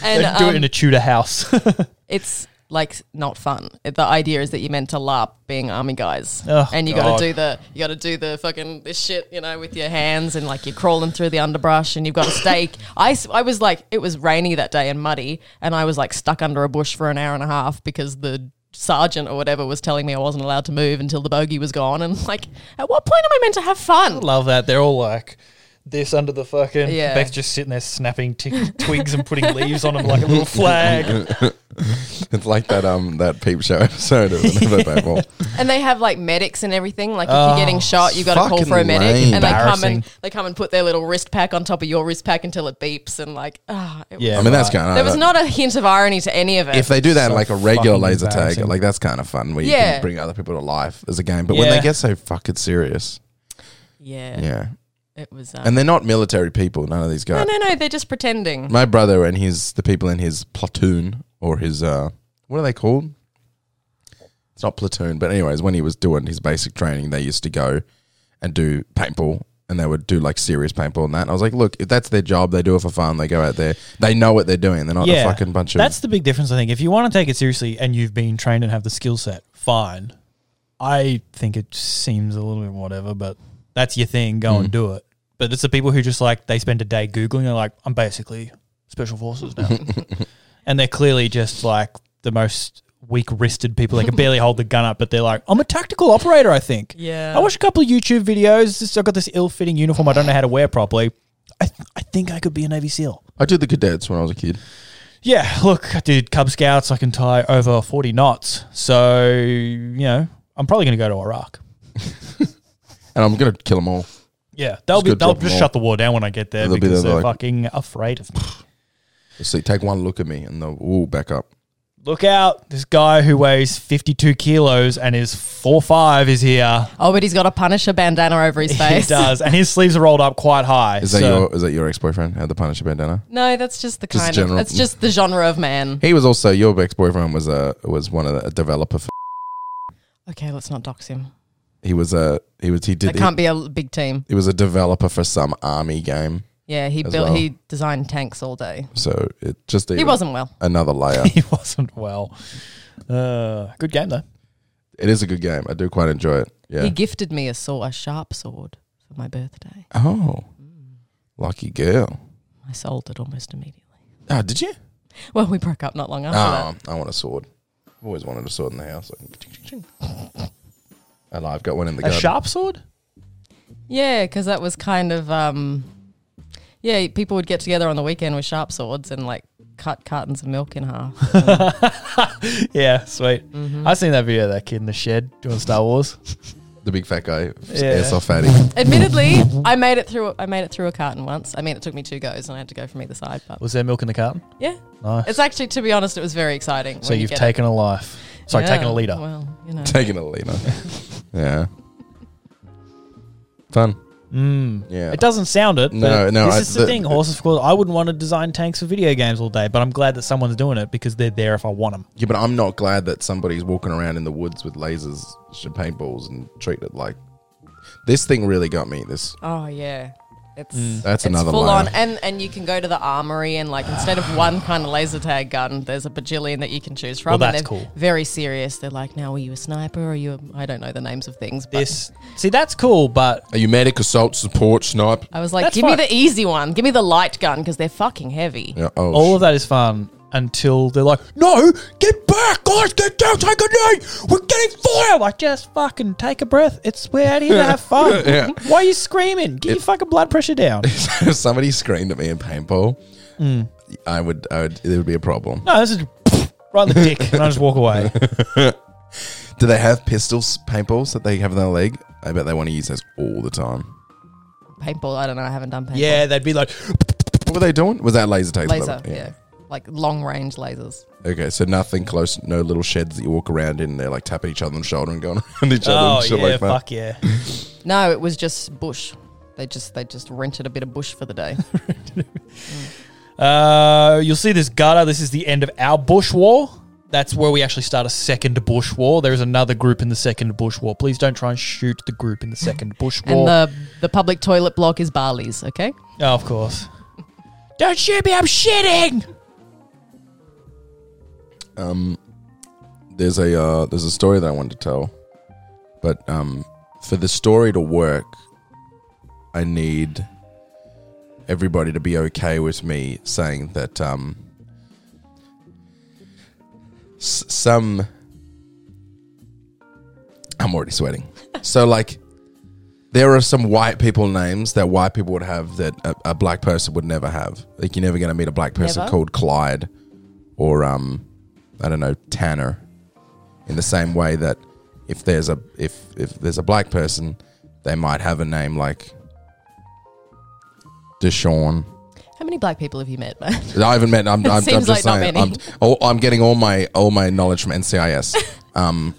S2: And
S3: <laughs> do it
S2: um,
S3: in a Tudor house. <laughs>
S2: it's like not fun. It- The idea is that you're meant to LARP being army guys,
S3: Oh,
S2: and you got
S3: God.
S2: to do the you got to do the fucking this shit, you know, with your hands and like you're crawling through the underbrush and you've got a stake. I s- I was like, it was rainy that day and muddy, and I was like stuck under a bush for an hour and a half because the sergeant or whatever was telling me I wasn't allowed to move until the bogey was gone. And like, at what point am I meant to have fun?
S3: Love that. They're all like this under the fucking.
S2: Yeah.
S3: Beck's just sitting there snapping t- twigs and putting leaves on them like a little
S1: <laughs>
S3: flag.
S1: It's like that um that peep show episode of another paintball.
S2: And they have like medics and everything. Like if you're getting shot, you got to call
S1: Oh, fucking
S2: for a medic,
S1: lame.
S2: and they come
S3: Embarrassing.
S2: and they come and put their little wrist pack on top of your wrist pack until it beeps, and like, ah, it was-
S3: Yeah,
S1: I mean, that's
S3: right.
S1: kind of
S2: There was not a hint of irony to any of it.
S1: if they do that in
S3: So
S1: like a regular
S3: fucking
S1: laser tag,
S3: embarrassing.
S1: like that's kind of fun where you
S2: Yeah.
S1: can bring other people to life as a game. But when they
S3: Yeah.
S1: get so fucking serious,
S2: yeah,
S1: yeah,
S2: it was. Um,
S1: and they're not military people. None of these
S2: no,
S1: guys.
S2: no, no. They're just pretending.
S1: My brother and his the people in his platoon or his uh, what are they called? It's not platoon, but anyways, when he was doing his basic training, they used to go and do paintball. And they would do like serious paintball and that. And I was like, look, if that's their job, they do it for fun. They go out there, they know what they're doing. They're not a fucking bunch of
S3: That's the big difference, I think. If you want to take it seriously and you've been trained and have the skill set, fine. I think it seems a little bit whatever, but that's your thing. Go
S1: Mm.
S3: and do it. But it's the people who just like they spend a day googling. They're like, I'm basically special
S1: <laughs>
S3: forces now, and they're clearly just like the most weak-wristed people. They can barely hold the gun up, but they're like, I'm a tactical operator. I think.
S2: Yeah.
S3: I watched a couple of YouTube videos. Just- I've got this ill-fitting uniform. I don't know how to wear properly. I, th- I think I could be a Navy SEAL.
S1: I did the cadets when I was a kid.
S3: Yeah, look, I did Cub Scouts. I can tie over 40 knots. So, you know, I'm probably going to go to Iraq.
S1: And I'm gonna kill them all.
S3: Yeah, they'll
S1: Just
S3: be
S1: go
S3: they'll
S1: drop 'em
S3: just
S1: all.
S3: shut the war down when I get there
S1: They'll be
S3: because
S1: there,
S3: they're
S1: like-
S3: fucking afraid of me.
S1: So take one look at me and they'll all back up.
S3: Look out! This guy who weighs 52 kilos and is four five is here.
S2: Oh, but he's got a Punisher bandana over
S1: <laughs>
S2: his face.
S3: He does, and his sleeves are rolled up quite high.
S1: Is that
S3: so-
S1: your is that your ex boyfriend had the Punisher bandana?
S2: <laughs> No, that's just the
S1: Just
S2: kind
S1: general-
S2: of. That's just the genre of man.
S1: He was also your ex boyfriend was a was one of the, a developer. For,
S2: Okay, let's not dox him.
S1: he was a he was he
S2: It
S1: did he,
S2: can't be a l- big team.
S1: he was a developer for some army game.
S2: Yeah, he
S1: As
S2: built.
S1: well.
S2: He designed tanks all day.
S1: So it just
S2: He
S1: even
S2: wasn't well.
S1: another layer.
S3: <laughs> he wasn't well. Uh, good game though.
S1: it is a good game. I do quite enjoy it. Yeah.
S2: He gifted me a saw, a sharp sword for my birthday.
S1: oh, lucky girl.
S2: I sold it almost immediately.
S1: Oh, did you?
S2: Well, we broke up not long after
S1: Oh, I want a sword. I've always wanted a sword in the house. <laughs> And I've got one in the
S3: A
S1: garden.
S3: sharp sword.
S2: that. Yeah, because that was kind of. um Yeah, people would get together on the weekend with sharp swords and like cut cartons of milk in
S3: <laughs>
S2: half.
S3: Yeah, sweet. I seen that video of that kid in the shed doing Star Wars.
S1: The big fat guy,
S3: Yeah.
S1: airsoft fatty.
S2: Admittedly, I made it through. I made it through a carton once. I mean, it took me two goes, and I had to go from either side. But
S3: Was there milk in the carton?
S2: yeah,
S3: Nice.
S2: It's actually, to be honest, it was very exciting.
S3: so
S2: when you
S3: you've
S2: get
S3: taken a life.
S2: it.
S3: Sorry, taken
S2: Yeah,
S3: a leader.
S2: Well, you
S1: <laughs>
S2: know.
S1: Taking a leader. yeah. Fun.
S3: Mm.
S1: Yeah.
S3: It doesn't sound it.
S1: No,
S3: but
S1: no,
S3: This
S1: I-
S3: is the,
S1: the-
S3: thing, horses for course. I wouldn't want to design tanks for video games all day, but I'm glad that someone's doing it because they're there if I want them.
S1: Yeah, but I'm not glad that somebody's walking around in the woods with lasers, champagne balls, and treated like this thing. Really got me. This
S2: Oh yeah. It's
S3: Mm.
S1: That's
S2: it's
S1: another
S2: full
S1: layer.
S2: on, and and you can go to the armory and like instead of one kind of laser tag gun, there's a bajillion that you can choose from.
S3: Well,
S2: and
S3: that's
S2: they're
S3: cool.
S2: Very serious. They're like, now are you a sniper? Or are you? A, I don't know the names of things. But
S3: This see, that's cool, but
S1: are you medic assault support snipe?
S2: I was like,
S3: That's
S2: give
S3: fine.
S2: me the easy one. Give me the light gun because they're fucking heavy.
S1: Yeah, oh,
S3: all
S1: sh-
S3: of that is fun until they're like,
S1: no! Get back, guys! Get down! Take a knee! We're getting
S3: fire! Like, just fucking take a breath. It's we're out here to have fun.
S1: <laughs> Yeah.
S3: Why are you screaming? Get your fucking blood
S1: <laughs>
S3: pressure down.
S1: if somebody screamed at me in paintball,
S3: Mm.
S1: I would, I would, it would be a problem.
S3: No, this is <laughs> right in the dick, and I just walk away.
S1: <laughs> Do they have pistols, paintballs that they have in their leg? I bet they want to use those all the time.
S2: Paintball. I don't know. I haven't done paintball.
S3: Yeah, they'd be like,
S1: What were they doing? Was that laser tags?
S2: Laser. Yeah. Like long range lasers.
S1: Okay, so nothing close, no little sheds that you walk around in. They're like tapping each other on the shoulder and going <laughs> around each other
S3: oh
S1: and shit
S3: yeah,
S1: like that.
S3: fuck yeah.
S2: No, it was just bush. They just they just rented a bit of bush for the
S3: <laughs>
S2: day.
S3: Uh, you'll see this gutter. This is the end of our bush war. That's where we actually start a second bush war. There is another group in the second bush war. Please don't try and shoot the group in the second bush
S2: And
S3: war.
S2: the the public toilet block is Barley's, okay?
S3: oh, of course. Don't shoot me! I'm <laughs> shitting.
S1: um, there's a uh, there's a story that I wanted to tell, but um, for the story to work, I need everybody to be okay with me saying that um, s- some. I'm already sweating. So like. There are some white people names that white people would have that a, a black person would never have. Like you're never going to meet a black person
S2: Never?
S1: called Clyde, or um, I don't know Tanner. In the same way that if there's a if if there's a black person, they might have a name like Deshaun.
S2: How many black people have you met, man?
S1: I haven't met.
S2: <laughs>
S1: I'm, I'm, I'm
S2: Seems
S1: just
S2: like not
S1: saying.
S2: many.
S1: I'm, oh, I'm getting all my all my knowledge from
S2: <laughs>
S1: NCIS. um,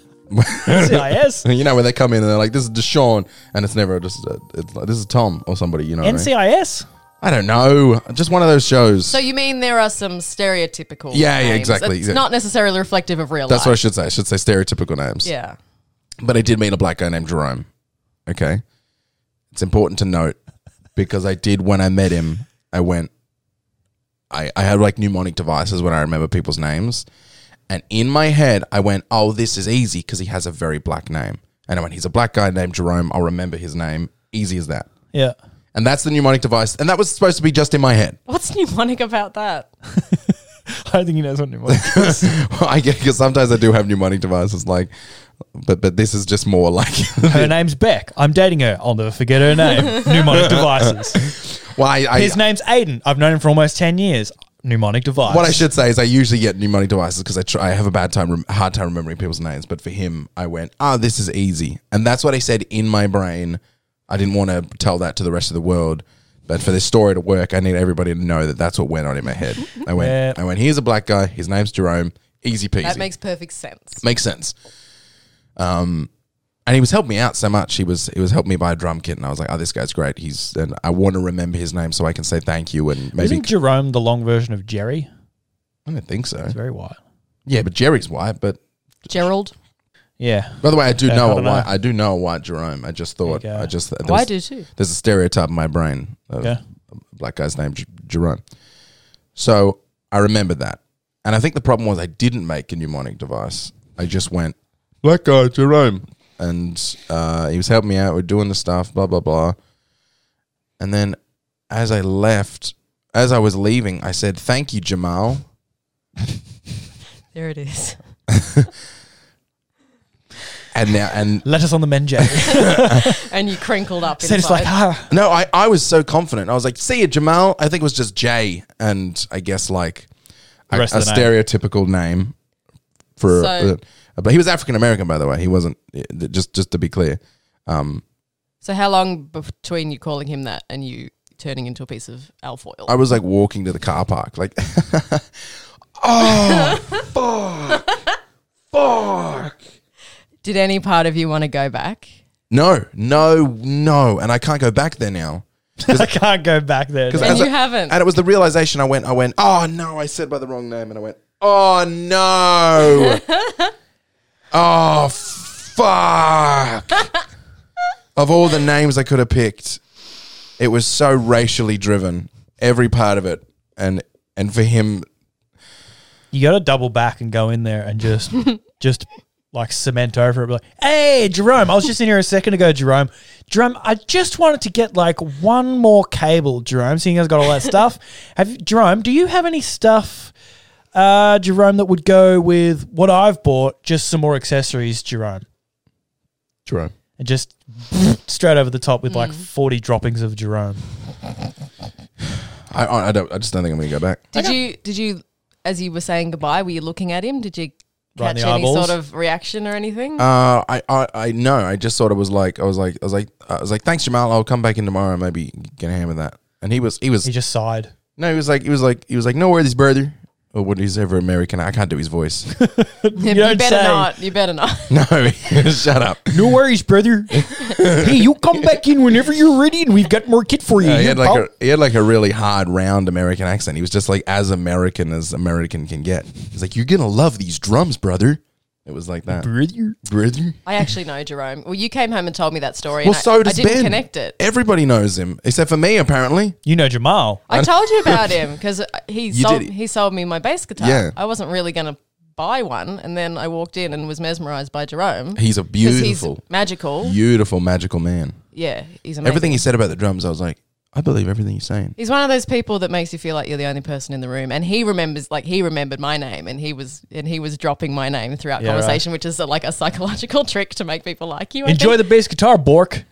S3: CIS.
S1: you know where they come in and they're like, "This is Deshaun," and it's never just uh, it's like, this is Tom or somebody. You know, what I, mean?
S3: NCIS.
S1: I don't know. Just one of those shows.
S2: So you mean there are some stereotypical?
S1: Yeah, yeah,
S2: names.
S1: exactly,
S2: It's
S1: yeah.
S2: not necessarily reflective of real
S1: That's what I
S2: life.
S1: should say. I should say stereotypical names.
S2: yeah.
S1: But I did meet a black guy named Jerome. Okay. It's important to note because I did when I met him, I went I, I had like mnemonic devices when I remember people's names. And in my head, I went, Oh, this is easy because he has a very black name. And I went, He's a black guy named Jerome. I'll remember his name. Easy as that.
S3: Yeah.
S1: And that's the mnemonic device. And that was supposed to be just in my head. <laughs>
S2: What's mnemonic about that?
S3: I don't think he knows what it was.
S1: I get because sometimes I do have mnemonic devices like but but this is just more like <laughs>
S3: Her name's Beck. I'm dating her. I'll never forget <laughs> her name. Mnemonic devices. <laughs>
S1: why I,
S3: His name's Aiden. I've known him for almost 10 years. mnemonic device.
S1: What I should say is I usually get mnemonic devices because I try, I have a bad time rem- hard time remembering people's names. But for him, I went, ah, this is easy, and that's what I said in my brain. I didn't want to tell that to the rest of the world, but for this story to work, I need everybody to know that that's what went on in my head. I went,
S3: Yeah.
S1: I went. Here's a black guy. His name's Jerome. Easy peasy.
S2: That makes perfect sense.
S1: makes sense. Um, and he was helping me out so much. He was he was helping me buy a drum kit, and I was like, oh, this guy's great. He's and I want to remember his name so I can say thank you and maybe
S3: Isn't Jerome the long version of Jerry?
S1: I don't think so.
S3: It's very white.
S1: Yeah, but Jerry's white, but.
S2: Gerald.
S3: Yeah.
S1: By the way, I do
S3: Yeah, I
S1: know a
S3: don't
S1: white.
S3: know.
S1: I do know a white Jerome. I just thought.
S3: There you go.
S1: I just. There's,
S2: Oh, I do too.
S1: There's a stereotype in my brain of
S3: Yeah.
S1: a black guy's name J- Jerome. So I remembered that, and I think the problem was I didn't make a mnemonic device. I just went black guy Jerome, and uh, he was helping me out. We're doing the stuff, blah blah blah. And then, as I left, as I was leaving, I said, "Thank you, Jamal."
S2: There it is.
S1: And now, and
S3: Letters on the men, <laughs> Jerry.
S2: <laughs> And you crinkled
S1: <laughs>
S2: up
S3: so
S2: inside.
S3: it's like, ah,
S1: No, I, I was so confident. I was like, see you, Jamal. I think it was just Jay. And I guess like a,
S3: The rest
S1: a
S3: of the name.
S1: stereotypical name for.
S2: So-
S1: uh, but he was African American, by the way. He wasn't, eh, just just to be clear. Um,
S2: so how long between you calling him that and you turning into a piece of alfoil?
S1: I was like walking to the car park, like, <laughs> oh, fuck, fuck.
S2: Did any part of you want to go back?
S1: No, no, no. And I can't go back there now.
S3: <laughs> I can't go back there.
S1: Because
S2: And
S1: as
S2: you
S1: I-
S2: haven't.
S1: And it was the realization I went, I went, oh no, I said by the wrong name. And I went, oh no. oh fuck. of all the names I could have picked, it was so racially driven, every part of it. And and for him,
S3: You got to double back and go in there and <laughs> just, just like cement over it. Be like, hey, Jerome, I was just in here a second ago, Jerome. Jerome, I just wanted to get like one more cable, Jerome, seeing as I've got all that <laughs> stuff. Have you- Jerome, do you have any stuff, uh, Jerome, that would go with what I've bought? Just some more accessories, Jerome.
S1: Jerome.
S3: and just <laughs> straight over the top with like 40 droppings of Jerome.
S1: I, I I don't I just don't think I'm gonna go back.
S2: Did you did you as you were saying goodbye, were you looking at him? Did you
S3: Right in
S2: catch
S3: the
S2: any
S3: eyeballs?
S2: sort of reaction or anything?
S1: Uh, I, I, I know. I just sort of was like, I was like, I was like, I was like, thanks, Jamal. I'll come back in tomorrow. and Maybe get a hand with that. And he was, he was,
S3: He just sighed.
S1: No, he was like, he was like, he was like, no worries, brother. Or what is ever American? I can't do his voice.
S2: <laughs>
S1: <laughs>
S2: you
S3: don't
S2: better
S3: say.
S2: not. You better not.
S1: no, <laughs> shut
S3: <laughs>
S1: up.
S3: No worries,
S1: <laughs>
S3: brother. hey, you come back in whenever you're ready and we've got more kit for you.
S1: Uh, he had like a he had like a really hard, round American accent. He was just like as American as American can get. He's like, you're gonna love these drums, brother. It was like that,
S3: brother.
S1: brother.
S2: I actually know Jerome. Well, you came home and told me that story.
S1: Well,
S2: and
S1: so
S2: I,
S1: does
S2: I didn't
S1: Ben.
S2: connect it.
S1: Everybody knows him except for me, apparently.
S3: You know Jamal.
S2: I told
S1: <laughs>
S2: you about him because he
S1: You
S2: sold
S1: did.
S2: he sold me my bass guitar.
S1: Yeah.
S2: I wasn't really gonna buy one, and then I walked in and was mesmerized by Jerome.
S1: He's a
S2: 'cause
S1: beautiful,
S2: he's magical.
S1: beautiful, magical man.
S2: yeah, he's amazing.
S1: Everything he said about the drums, I was like, I believe everything he's saying.
S2: He's one of those people that makes you feel like you're the only person in the room, and he remembers, like he remembered my name, and he was and he was dropping my name throughout
S3: Yeah,
S2: conversation, which is a, like a psychological <laughs> trick to make people like you. I
S3: Enjoy
S2: think.
S3: the bass guitar, Bork.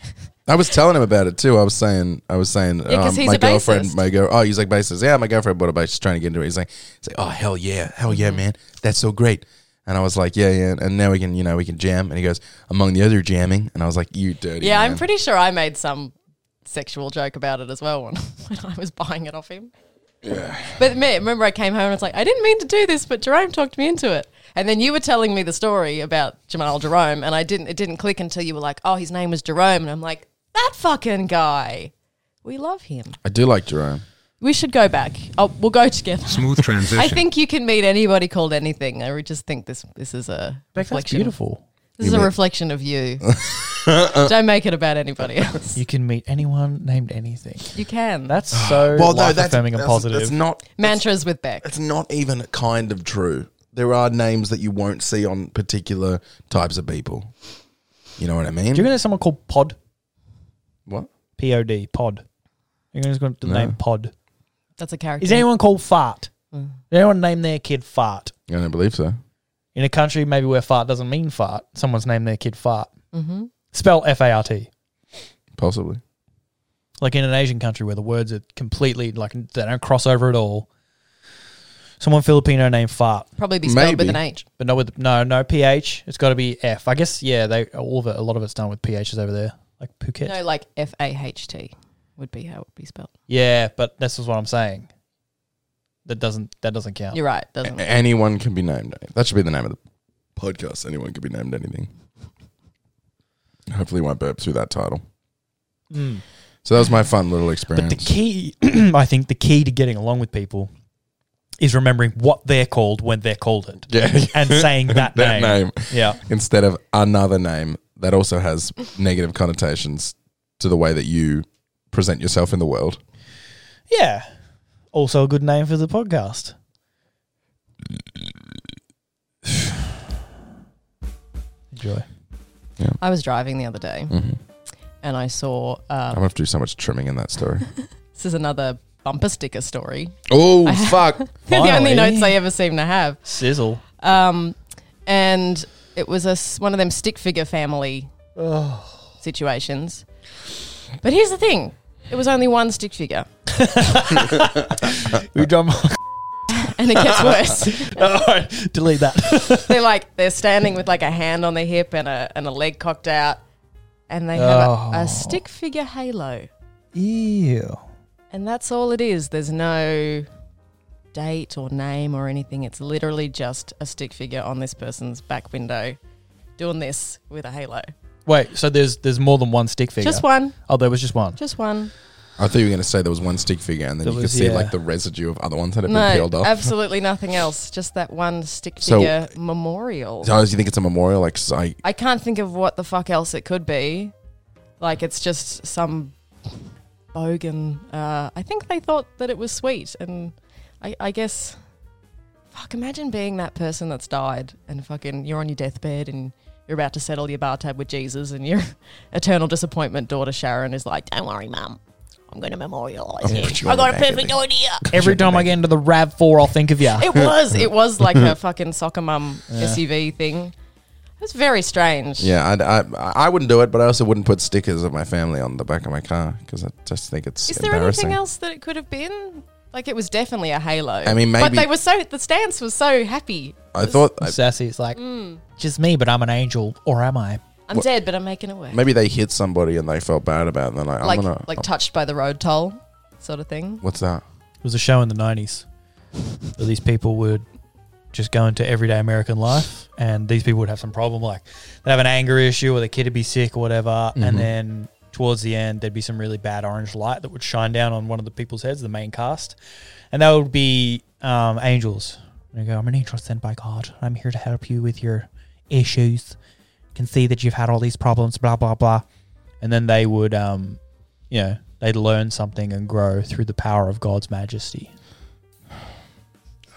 S1: I was telling him about it too. I was saying, I was saying,
S2: Yeah, 'cause
S1: um,
S2: he's
S1: my
S2: a
S1: girlfriend,
S2: bassist.
S1: my girl, oh, he's like bassist. Yeah, my girlfriend bought a bass. She's trying to get into it. He's like, he's like, oh hell yeah, hell
S2: Mm-hmm.
S1: yeah, man, that's so great. And I was like, yeah, yeah. And now we can, you know, we can jam. And he goes, among the other jamming. And I was like, you dirty.
S2: yeah, I'm
S1: man."
S2: pretty sure I made some sexual joke about it as well when, <laughs> when I was buying it off him. But me, remember, I came home and I was like, I didn't mean to do this, but Jerome talked me into it. And then you were telling me the story about Jamal Jerome, and I didn't. It didn't click until you were like, "Oh, his name was Jerome," and I'm like, "That fucking guy, we love him."
S1: I do like Jerome.
S2: We should go back. Oh, we'll go together.
S6: Smooth
S2: <laughs>
S6: transition.
S2: I think you can meet anybody called anything. I just think this this is a
S3: That's
S2: reflection.
S3: beautiful.
S2: This is a reflection of
S6: <laughs>
S2: you. Don't make it about anybody else.
S3: You can meet anyone named anything.
S2: You can.
S1: <sighs>
S3: That's so life affirming and positive.
S1: That's not.
S2: Mantras with Beck.
S1: It's not even kind of true. There are names that you won't see on particular types of people. You know what I mean?
S3: Do you know someone called Pod?
S1: what?
S3: P O D, Pod. You're just going to
S1: No.
S3: name Pod.
S2: That's a character.
S3: Is anyone called Fart?
S1: Mm.
S3: Did anyone name their kid Fart?
S1: I don't believe so.
S3: in a country maybe where fart doesn't mean fart, someone's named their kid fart. Mm-hmm. Spell F A R T.
S1: Possibly.
S3: Like in an Asian country where the words are completely like they don't cross over at all. someone Filipino named Fart,
S2: Probably be spelled with
S1: Maybe.
S2: an H.
S3: but not with no no PH. It's got to be F. I guess yeah. They all of it. A lot of it's done with PHs over there, like Phuket.
S2: No, like F A H T would be how it would be spelled.
S3: Yeah, but this is what I'm saying. That doesn't that doesn't count.
S2: You're right. Doesn't
S3: <clears throat>
S1: A- anyone can be named. That should be the name of the podcast. Anyone can be named anything. Hopefully, won't burp through that title.
S3: Mm.
S1: So that was my fun little
S3: But
S1: experience.
S3: the key, <clears throat> I think, the key to getting along with people is remembering what they're called when they're called it,
S1: yeah, <laughs>
S3: and saying that,
S1: that
S3: name.
S1: name
S3: Yeah,
S1: instead of another name that also has negative connotations to the way that you present yourself in the world.
S3: yeah. Also, a good name for the podcast. Enjoy.
S2: I was driving the other day
S3: Mm-hmm.
S2: and I saw
S1: I'm
S2: um,
S1: gonna have to do so much trimming in that
S3: <laughs>
S1: story.
S2: this is another bumper sticker story. <laughs>
S1: oh
S3: <laughs>
S1: fuck!
S2: They're the only
S3: Finally.
S2: notes I ever seem to have.
S3: Sizzle.
S2: Um, and it was a s- one of them stick figure family situations. But here's the thing: it was only one stick figure,
S3: We drum. <laughs>
S2: and it gets worse.
S3: Delete that.
S2: they're like they're standing with like a hand on their hip and a and a leg cocked out, and they have a,
S3: Oh.
S2: a stick figure halo,
S3: Ew.
S2: and that's all it is. There's no date or name or anything. It's literally just a stick figure on this person's back window, doing this with a halo.
S3: Wait. So there's there's more than one stick figure.
S2: Just one,
S3: Oh, there was just one.
S2: just one.
S1: I thought you were gonna say there was one stick figure, and then
S3: There
S1: you could
S3: was,
S1: see
S3: yeah.
S1: like the residue of other ones that had been
S2: No,
S1: peeled off. <laughs>
S2: absolutely nothing else. Just that one stick
S1: So-
S2: figure memorial.
S1: So, do you think it's a memorial? Like, I,
S2: I can't think of what the fuck else it could be. Like it's just some bogan. Uh, I think they thought that it was sweet, and I, I guess, fuck. Imagine being that person that's died and fucking you're on your deathbed and you're about to settle your bar tab with Jesus, and your <laughs> eternal disappointment daughter Sharon is like, "Don't worry, mum, I'm going to memorialize
S1: I'll
S2: you.
S1: put you
S2: I
S1: on the
S2: got a
S1: back of
S2: perfect
S1: the-
S2: idea."
S3: Every time I get into the Rav Four, I'll think of you.
S2: It was. It was
S1: <laughs>
S2: like a fucking soccer mum SUV thing. It was very strange.
S1: yeah, I'd, I, I wouldn't do it, but I also wouldn't put stickers of my family on the back of my car because I just think it's
S2: Is there
S1: embarrassing.
S2: anything else that it could have been? Like it was definitely a halo.
S1: I mean,
S2: but
S1: maybe-
S2: they were so the stance was so happy.
S1: I thought I-
S3: Sassy. It's like
S2: Mm.
S3: just me, but I'm an angel, or am I?
S2: I'm dead, but I'm making it work.
S1: maybe they hit somebody and they felt bad about it. And they're like, I'm
S2: like
S1: gonna.
S2: like touched by the road toll, sort of thing.
S1: what's that?
S3: It was a show in the 90s that these people would just go into everyday American life and these people would have some problem. Like they'd have an anger issue or the kid would be sick or whatever. And then towards the end, there'd be some really bad orange light that would shine down on one of the people's heads, the main cast. And they would be um, angels. And they go, I'm an angel sent by God. I'm here to help you with your issues. Can see that you've had all these problems, blah, blah, blah. And then they would, um, you know, they'd learn something and grow through the power of God's majesty.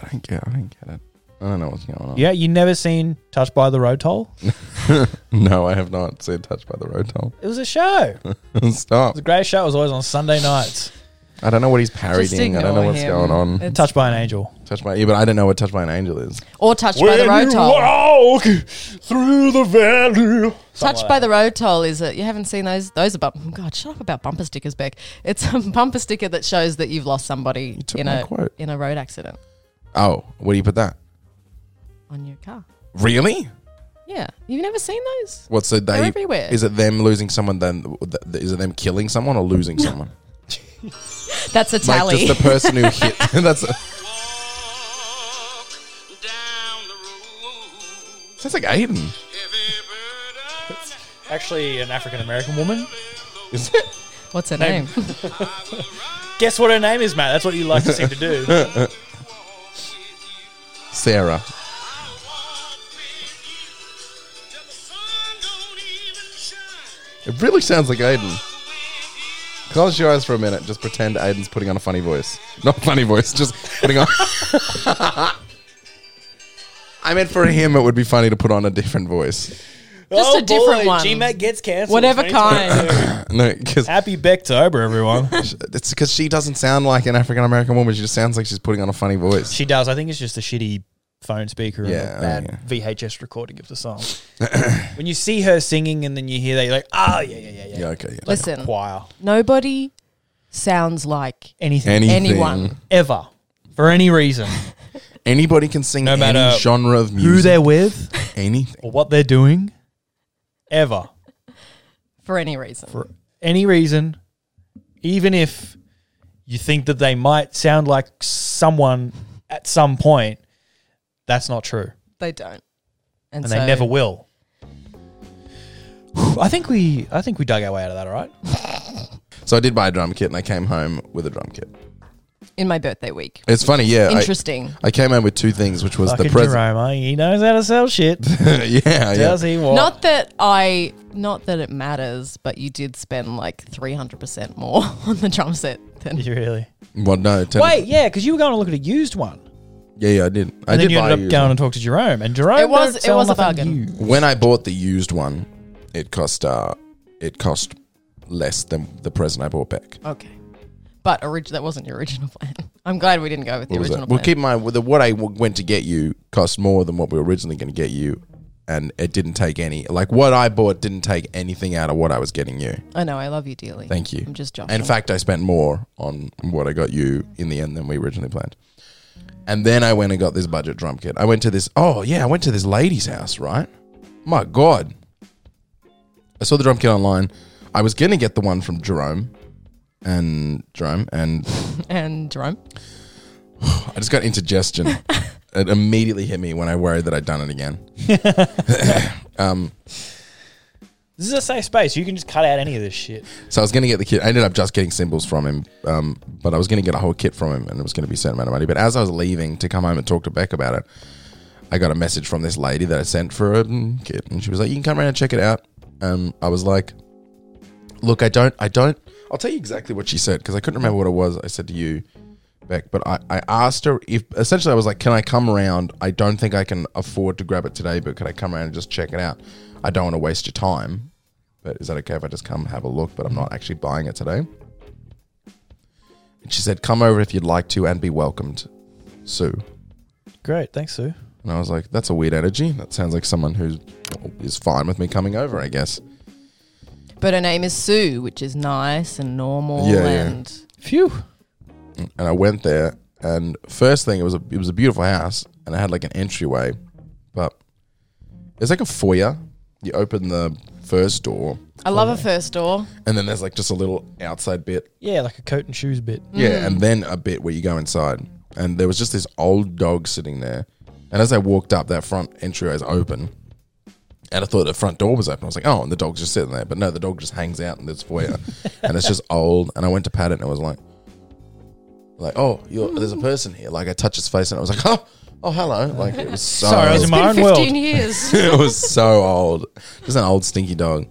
S1: I don't get. I don't get it. I don't know what's going on.
S3: Yeah, you never seen Touched by the Road Toll?
S1: No, I have not seen Touched by the Road Toll.
S3: It was a show. It
S1: <laughs> Stop.
S3: was a great show. It was always on Sunday nights.
S1: I don't know what he's parodying. I don't know
S2: ignore
S1: what's
S2: him.
S1: going on.
S2: It's-
S3: Touched by an Angel.
S1: Touch by, yeah, but I don't know what Touched by an Angel is.
S2: Or touched by the road toll.
S3: walk through the valley.
S2: Touched by the Road Toll is it? You haven't seen those? Those are bump. God, shut up about bumper stickers, Beck. It's a <laughs> bumper sticker that shows that you've lost somebody
S1: took
S2: in
S1: my
S2: a
S1: quote.
S2: in a road accident
S1: Oh, where do you put that?
S2: on your car.
S1: Really?
S2: Yeah, you've never seen
S1: <laughs>
S2: those?
S1: What's so
S2: They're
S1: they?
S2: everywhere.
S1: Is it them losing someone? Then th- th- is it them killing someone or
S2: <laughs>
S1: losing someone?
S2: That's a
S1: like
S2: tally.
S1: just the person who hit. <laughs> that's a,
S5: Walk down the road,
S1: sounds like Aiden.
S5: heavy burden.
S3: Actually, an African American woman.
S1: Is it?
S2: What's her name?
S3: Guess what her name is, Matt? That's what you like to seem
S1: <laughs>
S3: to do.
S1: Sarah.
S5: I'll walk with you till the sun don't even shine.
S1: It really sounds like Aiden. Close your eyes for a minute. Just pretend Aiden's putting on a funny voice. Not funny voice. Just putting on. I meant for him, it would be funny to put on a different voice.
S2: Just
S3: Oh,
S2: a different one.
S3: G-Mac gets cancelled.
S2: Whatever
S3: 2022.
S1: No, because
S3: <coughs> Happy Becktober,
S2: <laughs>
S3: everyone.
S1: it's because she doesn't sound like an African American woman. She just sounds like she's putting on a funny voice.
S3: she does. I think it's just a shitty phone speaker and
S1: Yeah,
S3: a bad
S1: yeah.
S3: VHS recording of
S1: <coughs>
S3: the song. when you see her singing and then you hear that, you're like, oh, yeah, yeah, yeah, yeah.
S1: yeah, okay. Yeah.
S2: Listen,
S3: Choir.
S2: nobody sounds like
S3: Anything.
S2: anyone.
S1: Anything.
S3: ever for any reason.
S1: Anybody can sing
S6: No
S1: any
S6: matter
S1: genre of music.
S3: Who they're with
S1: anything.
S3: or what they're doing, ever
S2: for any reason.
S3: for any reason, even if you think that they might sound like someone at some point, that's not true,
S2: they don't, so-
S3: and they never will. I think we, I think we dug our way out of that. All right.
S1: So I did buy a drum kit and I came home with a drum kit.
S2: in my birthday week.
S1: It's funny, yeah. I,
S2: Interesting.
S1: I came home with two things, which was the
S3: Fucking
S1: present.
S3: Jerome, eh? he knows how to sell shit.
S1: <laughs> yeah, yeah.
S3: Does he? What?
S2: Not that I, not that it matters, but you did spend like three hundred percent more <laughs> on the drum set than
S3: <laughs> you really?
S1: Well, no. ten-
S3: Wait, yeah, because you were going to look at a used one, and
S1: Yeah, yeah, I did. I
S3: then
S1: did
S3: you
S1: buy a
S3: ended up
S1: used
S3: going
S1: one.
S3: and talk to Jerome, and Jerome
S2: It was-
S3: don't
S2: it
S3: sell
S2: was a
S3: nothing
S2: bargain.
S3: used.
S1: When I bought the used one, it cost uh, it cost less than the present I bought back.
S2: okay. But orig- that wasn't your original <laughs> plan. I'm glad we didn't go with the
S1: What was
S2: original
S1: that? Well,
S2: plan.
S1: keep in mind with the, what I w- went to get you cost more than what we were originally going to get you, and it didn't take any. Like what I bought didn't take anything out of what I was getting you.
S2: I know. I love you dearly.
S1: Thank you.
S2: I'm just joking.
S1: In fact, I spent more on what I got you in the end than we originally planned. And then I went and got this budget drum kit. I went to this. Oh yeah, I went to this lady's house. Right? My God. I saw the drum kit online. I was gonna get the one from Jerome, and Jerome, and
S2: and Jerome,
S1: I just got indigestion. it immediately hit me when I worried that I'd done it again.
S3: This is a safe space. You can just cut out any of this shit.
S1: So I was going to get the kit. I ended up just getting cymbals from him, um, but I was going to get a whole kit from him, and it was going to be a certain amount of money. But as I was leaving to come home and talk to Beck about it, I got a message from this lady that I sent for a mm, kit, and she was like, "You can come around and check it out." Um, I was like, "Look, I don't, I don't." I'll tell you exactly what she said because I couldn't remember what it was. I said to you, Beck, but I, I asked her if essentially I was like, "Can I come around? I don't think I can afford to grab it today, but could I come around and just check it out? I don't want to waste your time." but is that okay if I just come have a look? But I'm not actually buying it today. And she said, come over if you'd like to and be welcomed, Sue.
S3: Great, thanks, Sue.
S1: And I was like, that's a weird energy. That sounds like someone who is fine with me coming over, I guess.
S2: but her name is Sue, which is nice and normal.
S1: Yeah, yeah.
S2: and
S3: Phew.
S1: and I went there. And first thing, it was a it was a beautiful house, and it had like an entryway, but it's like a foyer. You open the first door,
S2: I love a first door.
S1: and then there's like just a little outside bit
S3: Yeah, like a coat and shoes bit.
S1: Yeah, and then a bit where you go inside. And there was just this old dog sitting there. And as I walked up, that front entryway was open. And I thought the front door was open. I was like, oh, and the dog's just sitting there. But no, the dog just hangs out in this
S3: <laughs>
S1: foyer. and it's just old. And I went to pat it and it was like, like, oh, you're, there's a person here. Like I touched his face and I was like, <laughs> oh, oh, hello. Like it was so
S3: Sorry, I was in my own
S2: Been
S3: world.
S2: 15
S1: <laughs>
S2: years.
S1: it was so old. Just an old stinky dog.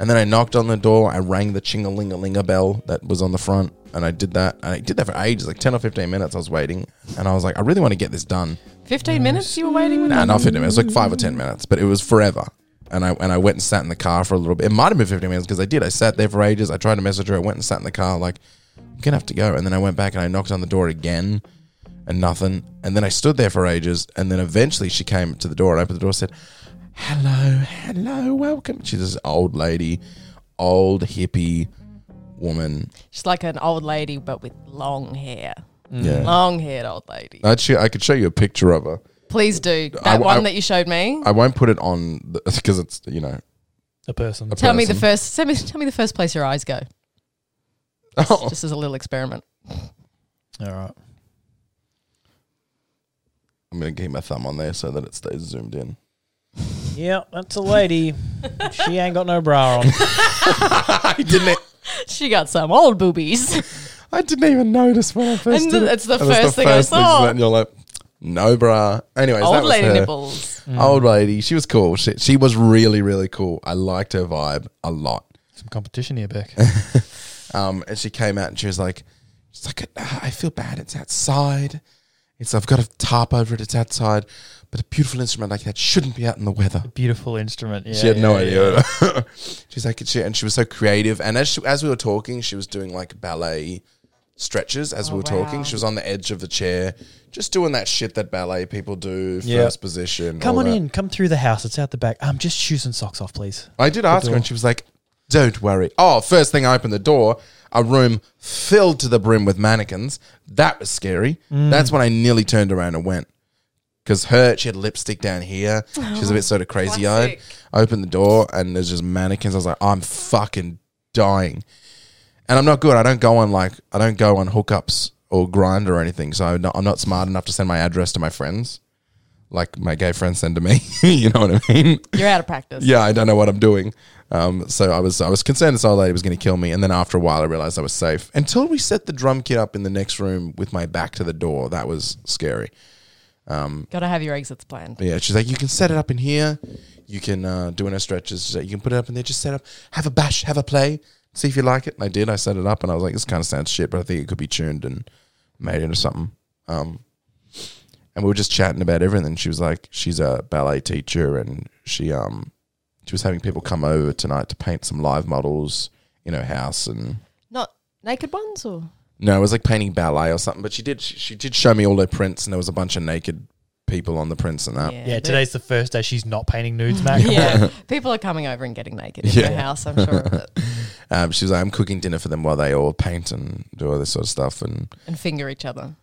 S1: And then I knocked on the door. I rang the chingalingalinga bell that was on the front, and I did that. And I did that for ages, like ten or fifteen minutes. I was waiting, and I was like, I really want to get this done.
S2: 15 minutes you were waiting with
S1: Nah, not fifteen minutes. It was like five or ten minutes, but it was forever. And I and I went and sat in the car for a little bit. It might have been fifteen minutes because I did. I sat there for ages. I tried to message her. I went and sat in the car, like I'm gonna have to go. And then I went back and I knocked on the door again, and nothing. And then I stood there for ages. And then eventually she came to the door and opened the door. and Said, hello, hello, welcome. She's this old lady, old hippie woman.
S2: She's like an old lady, but with long hair.
S1: Yeah.
S2: Long haired old lady.
S1: I'd sh- I could show you a picture of her.
S2: Please do. That
S1: I-
S2: one
S1: I-
S2: that you showed me.
S1: I won't put it <laughs> on because it's, you know.
S3: A person.
S1: a
S2: tell me the
S1: person.
S2: first tell me, tell me the first place your eyes go.
S1: <laughs> Oh,
S2: Just as a little experiment.
S3: All right.
S1: I'm going to keep my thumb on there so that it stays zoomed in.
S3: Yeah, that's a lady. she ain't got no bra on.
S1: I didn't. e-
S2: She got some old boobies.
S1: I didn't even notice when I first.
S2: And
S1: did
S2: the-
S1: it.
S2: it's the
S1: It was
S2: first thing I
S1: first
S2: saw.
S1: that- And you're like, no, bra. Anyways, that
S2: old
S1: was
S2: lady
S1: her. Mm.
S2: nipples.
S1: Old lady. She was cool. She, she was really, really cool. I liked her vibe a lot.
S3: <laughs> Some competition
S1: <laughs>
S3: here, Beck.
S1: Um, and she came out and she was like, she's like, "Ah, I feel bad. It's outside. It's I've got a tarp over it. It's outside, but a beautiful instrument like that shouldn't be out in the weather.
S3: Beautiful instrument. Yeah,
S1: she had no
S3: yeah, yeah.
S1: idea. <laughs> she's like, she, and she was so creative. And as she, as we were talking, she was doing like ballet stretches as we were talking. She was on the edge of the chair, just doing that shit that ballet people do. First
S3: Yeah.
S1: position.
S3: Come
S1: all
S3: on
S1: that.
S3: in. Come through the house. It's out the back. Um, just shoes and socks off, please.
S1: I did ask her, and she was like, "Don't worry." Oh, first thing I opened the door, a room filled to the brim with mannequins. That was scary. That's when I nearly turned around and went. Because her, she had lipstick down here. She's a bit sort of crazy eyed. I opened the door and there's just mannequins. I was like, I'm fucking dying. And I'm not good. I don't go on like I don't go on hookups or grinder or anything. So I'm not, I'm not smart enough to send my address to my friends, like my gay friends send to me. <laughs> you know what I mean?
S2: You're out of
S1: <laughs>
S2: practice.
S1: yeah, I don't know what I'm doing. Um, so I was I was concerned this old lady was going to kill me, and then after a while, I realized I was safe. Until we set the drum kit up in the next room with my back to the door, that was scary.
S2: Gotta have your exits planned.
S1: But yeah, she's like, you can set it up in here, you can uh, do inner stretches, She's like, you can put it up in there, just set up, have a bash, have a play, see if you like it. And I did. I set it up, and I was like, this kind of sounds shit, but I think it could be tuned and made into something. Um, and we were just chatting about everything. She was like, she's a ballet teacher, and she um, she was having people come over tonight to paint some live models in her house, and
S2: Not naked ones or
S1: no, it was like painting ballet or something. But she did, she, she did show me all her prints, and there was a bunch of naked people on the prints and that.
S3: Yeah,
S2: they-
S3: today's the first day she's not painting nudes, Mac.
S1: <laughs>
S2: Yeah, people are coming over and getting naked in
S1: Yeah.
S2: your house. I'm sure of it,
S1: Um, she was like, I'm cooking dinner for them while they all paint and do all this sort of stuff. And
S2: and finger
S1: <laughs>
S2: each other.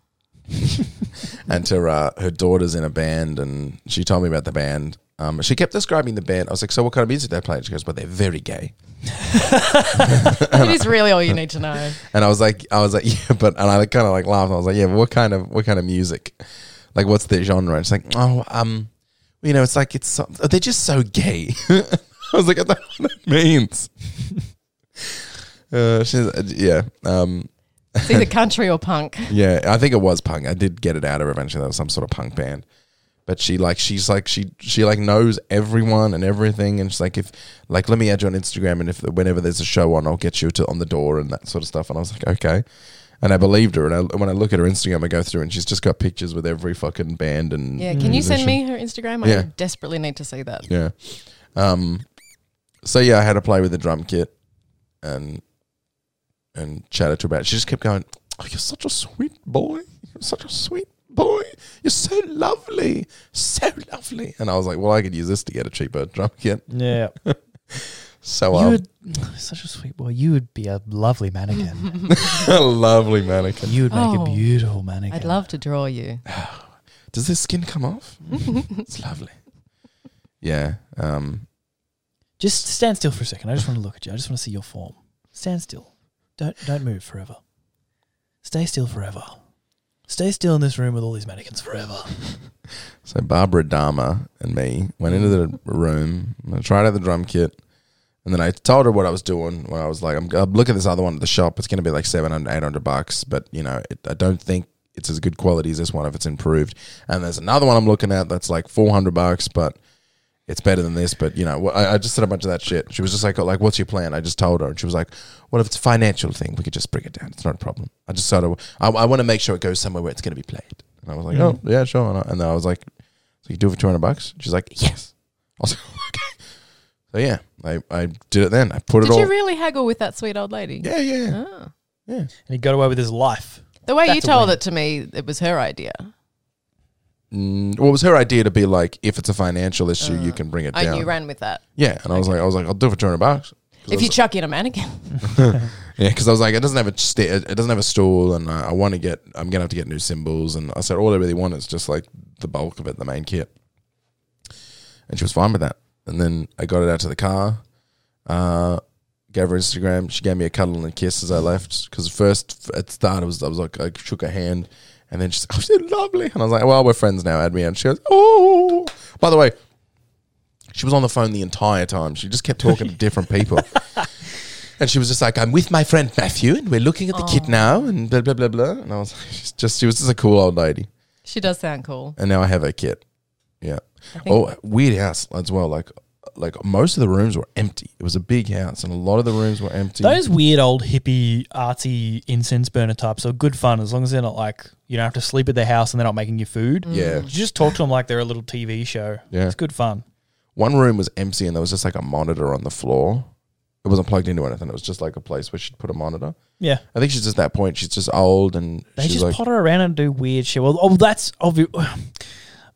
S1: and her uh, her daughter's in a band, and she told me about the band. Um, she kept describing the band. I was like, so what kind of music they play? And she goes, well, they're very gay.
S2: it is really all you need to know.
S1: And I was like, I was like, <laughs> yeah, but and I kind of like laughed. I was like, yeah, but what kind of what kind of music? Like, what's their genre? And she's like, oh, um, you know, it's like it's so, they're just so gay. <laughs> I was like, I don't know what that means. <laughs> uh, she's yeah. Um,
S2: It's either country or punk.
S1: Yeah, I think it was punk. I did get it out of her eventually. That was some sort of punk band. But she like she's like she she like knows everyone and everything, and she's like if like let me add you on Instagram, and if whenever there's a show on, I'll get you to on the door and that sort of stuff. And I was like, okay, and I believed her. And I, when I look at her Instagram, I go through, and she's just got pictures with every fucking band and
S2: Yeah, can you
S1: musician.
S2: send me her Instagram?
S1: Mm.
S2: I
S1: Yeah.
S2: desperately need to see that.
S1: Yeah. Um. So yeah, I had to play with the drum kit, and and chatted to her about. It. She just kept going. Oh, you're such a sweet boy. You're such a sweet boy. You're so lovely, so lovely. And I was like, well, I could use this to get a cheaper drum kit.
S3: Yeah.
S1: So
S3: You
S1: I'm
S3: would, <sighs> such a sweet boy. You would be a lovely <laughs> mannequin.
S1: <laughs> a lovely mannequin.
S3: you would make
S2: Oh.
S3: a beautiful mannequin.
S2: I'd love to draw you.
S1: Does this skin come
S3: <laughs>
S1: off? it's lovely. Yeah. Um.
S3: Just stand still for a second. I just want to look at you. I just want to see your form. Stand still. Don't don't move forever. Stay still forever. Stay still in this room with all these mannequins forever.
S1: So Barbara Dharma and me went into the room. I tried out the drum kit, and then I told her what I was doing. When I was like, "I'm I'll look at this other one at the shop. It's going to be like 700, 800 bucks, but you know, it, I don't think it's as good quality as this one if it's improved." And there's another one I'm looking at that's like four hundred bucks, but it's better than this. But you know, wh- I, I just said a bunch of that shit. She was just like, "Like, what's your plan?" I just told her, and she was like, "Well, if it's a financial thing, we could just bring it down. It's not a problem." I just sort of, I, I want to make sure it goes somewhere where it's going to be played. And I was like, "Oh, yeah, sure." And, I, and then I was like, "So you do it for two hundred bucks?" She's like, "Yes." I was <laughs> like, "Okay." So yeah, I, I did it then. I put
S2: Did
S1: it all.
S2: you really haggle with that sweet old lady?
S1: yeah, yeah, yeah.
S2: Ah.
S3: And he got away with his life.
S2: The way you
S3: That's a
S2: told
S3: win.
S2: it to me, it was her idea.
S1: Mm, well, it was her idea to be like, if it's a financial issue, you can bring it
S2: Oh,
S1: down.
S2: you ran with that.
S1: yeah, and I was like, I was like, I'll do it for two hundred bucks. 'Cause I
S2: If you
S1: was-
S2: chuck in a mannequin, <laughs>
S1: Yeah, because I was like, it doesn't have a sta- it doesn't have a stool, and I, I want to get, I'm gonna have to get new cymbals, and I said, all I really want is just like the bulk of it, the main kit, and she was fine with that. And then I got it out to the car, uh, gave her Instagram. She gave me a cuddle and a kiss as I left, because first f- at the start it was I was like I shook her hand, and then she's like, <laughs> oh, lovely, and I was like, well, we're friends now, add me, and she goes, oh, by the way. She was on the phone the entire time. She just kept talking to different people. And she was just like, I'm with my friend Matthew and we're looking at the kid now and blah, blah, blah, blah. And I was like, <laughs> she's just, she was just a cool old lady.
S2: she does sound cool.
S1: And now I have her kit. Yeah.
S2: think-
S1: Oh, weird house as well. Like, like most of the rooms were empty. It was a big house and a lot of the rooms were empty.
S3: Those weird old hippie artsy incense burner types are good fun as long as they're not like you don't have to sleep at their house and they're not making you food.
S1: yeah.
S3: You just talk to them like they're a little TV show.
S1: Yeah.
S3: It's good fun.
S1: One room was empty and there was just like a monitor on the floor. It wasn't plugged into anything. It was just like a place where she'd put a monitor.
S3: Yeah.
S1: I think she's just that point. She's just old and
S3: They
S1: she's
S3: just
S1: like,
S3: potter around and do weird shit. Well, oh, that's obvious. <sighs>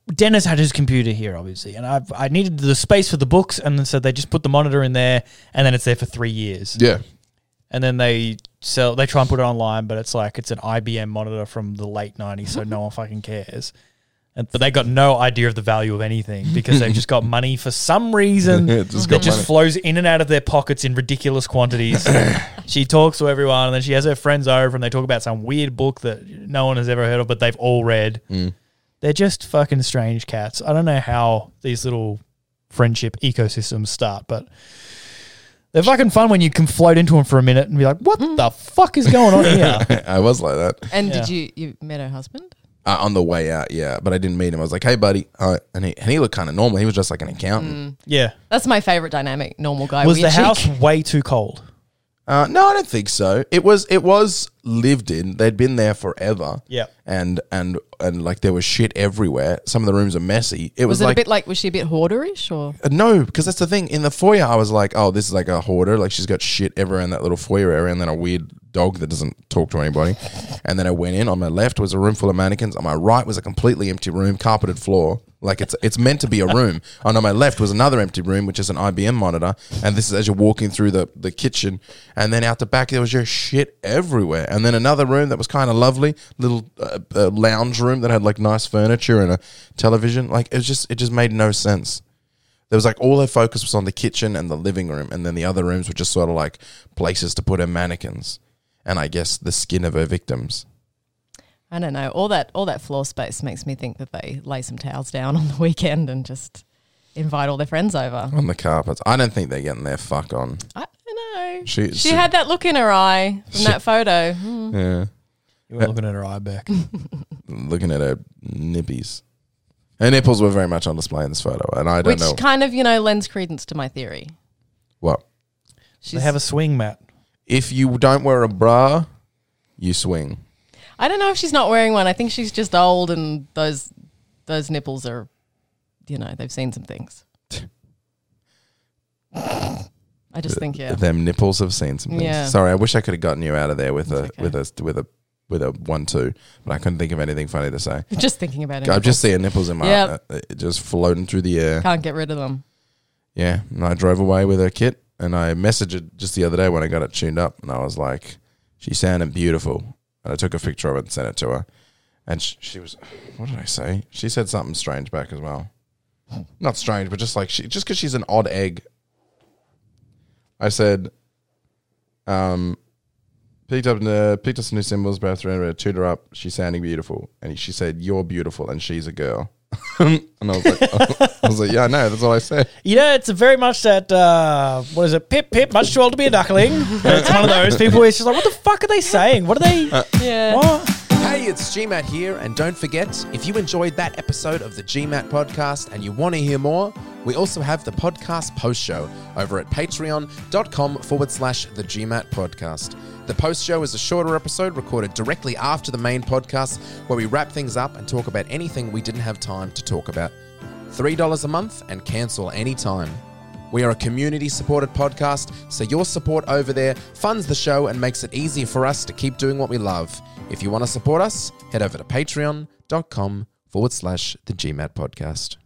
S3: Dennis had his computer here, obviously, and I I needed the space for the books, and then so they just put the monitor in there, and then it's there for three years,
S1: <laughs> yeah. <laughs>
S3: and then they sell. They
S1: <laughs>
S3: try and put it online, but it's like it's an IBM monitor from the late '90s, so no one fucking cares. And, but they got no idea of the value of anything because
S1: <laughs>
S3: they've just got money for some reason
S1: Just got
S3: that just
S1: money.
S3: flows in and out of their pockets in
S1: <laughs>
S3: ridiculous quantities. she talks to everyone and then she has her friends over and they talk about some weird book that no one has ever heard of, but they've all read.
S1: Mm.
S3: They're just fucking strange cats. I don't know how these little friendship ecosystems start, but they're fucking fun when you can float into them for a minute and be like, what the fuck is going on here?
S1: I was like that
S2: And
S3: Yeah.
S2: did you you met her husband?
S1: uh, on the way out. Yeah, but I didn't meet him. I was like, "Hey, buddy," uh, and, he, and he looked kind of normal. He was just like an accountant.
S3: Yeah.
S2: That's my favorite dynamic. Normal guy.
S3: Was
S2: weird
S3: the
S2: chick.
S3: house way too cold?
S1: Uh, no, I don't think so. It was it was lived in. They'd been there forever.
S3: Yeah.
S1: and and and like there was shit everywhere. Some of the rooms are messy. It was,
S2: Was it
S1: like
S2: a bit like? Was she a bit hoarderish or?
S1: Uh, No, because that's the thing. In the foyer, I was like, oh, this is like a hoarder. Like she's got shit everywhere in that little foyer area, and then a weird dog that doesn't talk to anybody. And then I went in. On my left was a room full of mannequins. On my right was a completely empty room, carpeted floor. Like it's it's meant to be a room. And on my left was another empty room, which is an IBM monitor. And this is as you're walking through the, the kitchen. And then out the back, there was just shit everywhere. And then another room that was kind of lovely, little uh, uh, lounge room that had like nice furniture and a television. Like it was just it just made no sense there was like all her focus was on the kitchen and the living room, and then the other rooms were just sort of like places to put her mannequins, and I guess the skin of her victims.
S2: I don't know. All that all that floor space makes me think that they lay some towels down on the <laughs> weekend and just invite all their friends over.
S1: On the carpets, I don't think they're getting their fuck on.
S2: I don't know.
S1: She-
S2: She,
S1: she-
S2: had that look in her eye from
S1: She-
S2: that photo. Hmm.
S1: Yeah,
S3: You were looking at her eye back.
S1: looking at her nippies, her nipples were very much on display in this photo, and I don't
S2: Which
S1: know
S2: kind of, you know, lends credence to my theory.
S1: what.
S2: She's,
S3: they have a swing mat.
S1: If you don't wear a bra, you swing.
S2: I don't know if she's not wearing one. I think she's just old and those those nipples are you know, they've seen some things.
S1: <laughs>
S2: I just think yeah.
S1: Them nipples have seen some things.
S2: Yeah.
S1: Sorry, I wish I could have gotten you out of there with a
S2: It's okay.
S1: with a with a with a one two, but I couldn't think of anything funny to say.
S2: Just thinking about it.
S1: I'm just seeing nipples in my
S2: Yep.
S1: uh, uh, just floating through the air.
S2: can't get rid of them.
S1: Yeah, and I drove away with her kit, and I messaged her just the other day when I got it tuned up, and I was like, "She sounded beautiful," and I took a picture of it and sent it to her, and she, she was, what did I say? She said something strange back as well. Not strange, but just like she, just because she's an odd egg. I said, um, picked up uh, picked up some new symbols, both around her, tuned her up. She's sounding beautiful, and she said, "You're beautiful," and she's a girl. <laughs> and I was like, <laughs> I was like, yeah, I know. That's all I said.
S3: You know, it's very much that, uh, what is it? Pip, pip, much too old to be a <laughs> duckling. it's one of those people where it's just like, what the fuck are they saying? What are they?
S2: Yeah.
S3: What?
S6: Hey, it's GMAT here, and don't forget if you enjoyed that episode of the GMAT podcast and you want to hear more, we also have the podcast post show over at patreon.com forward slash the GMAT podcast. The post show is a shorter episode recorded directly after the main podcast where we wrap things up and talk about anything we didn't have time to talk about. $3 a month and cancel anytime. We are a community supported podcast, so your support over there funds the show and makes it easier for us to keep doing what we love. If you want to support us, head over to patreon.com forward slash the GMAT podcast.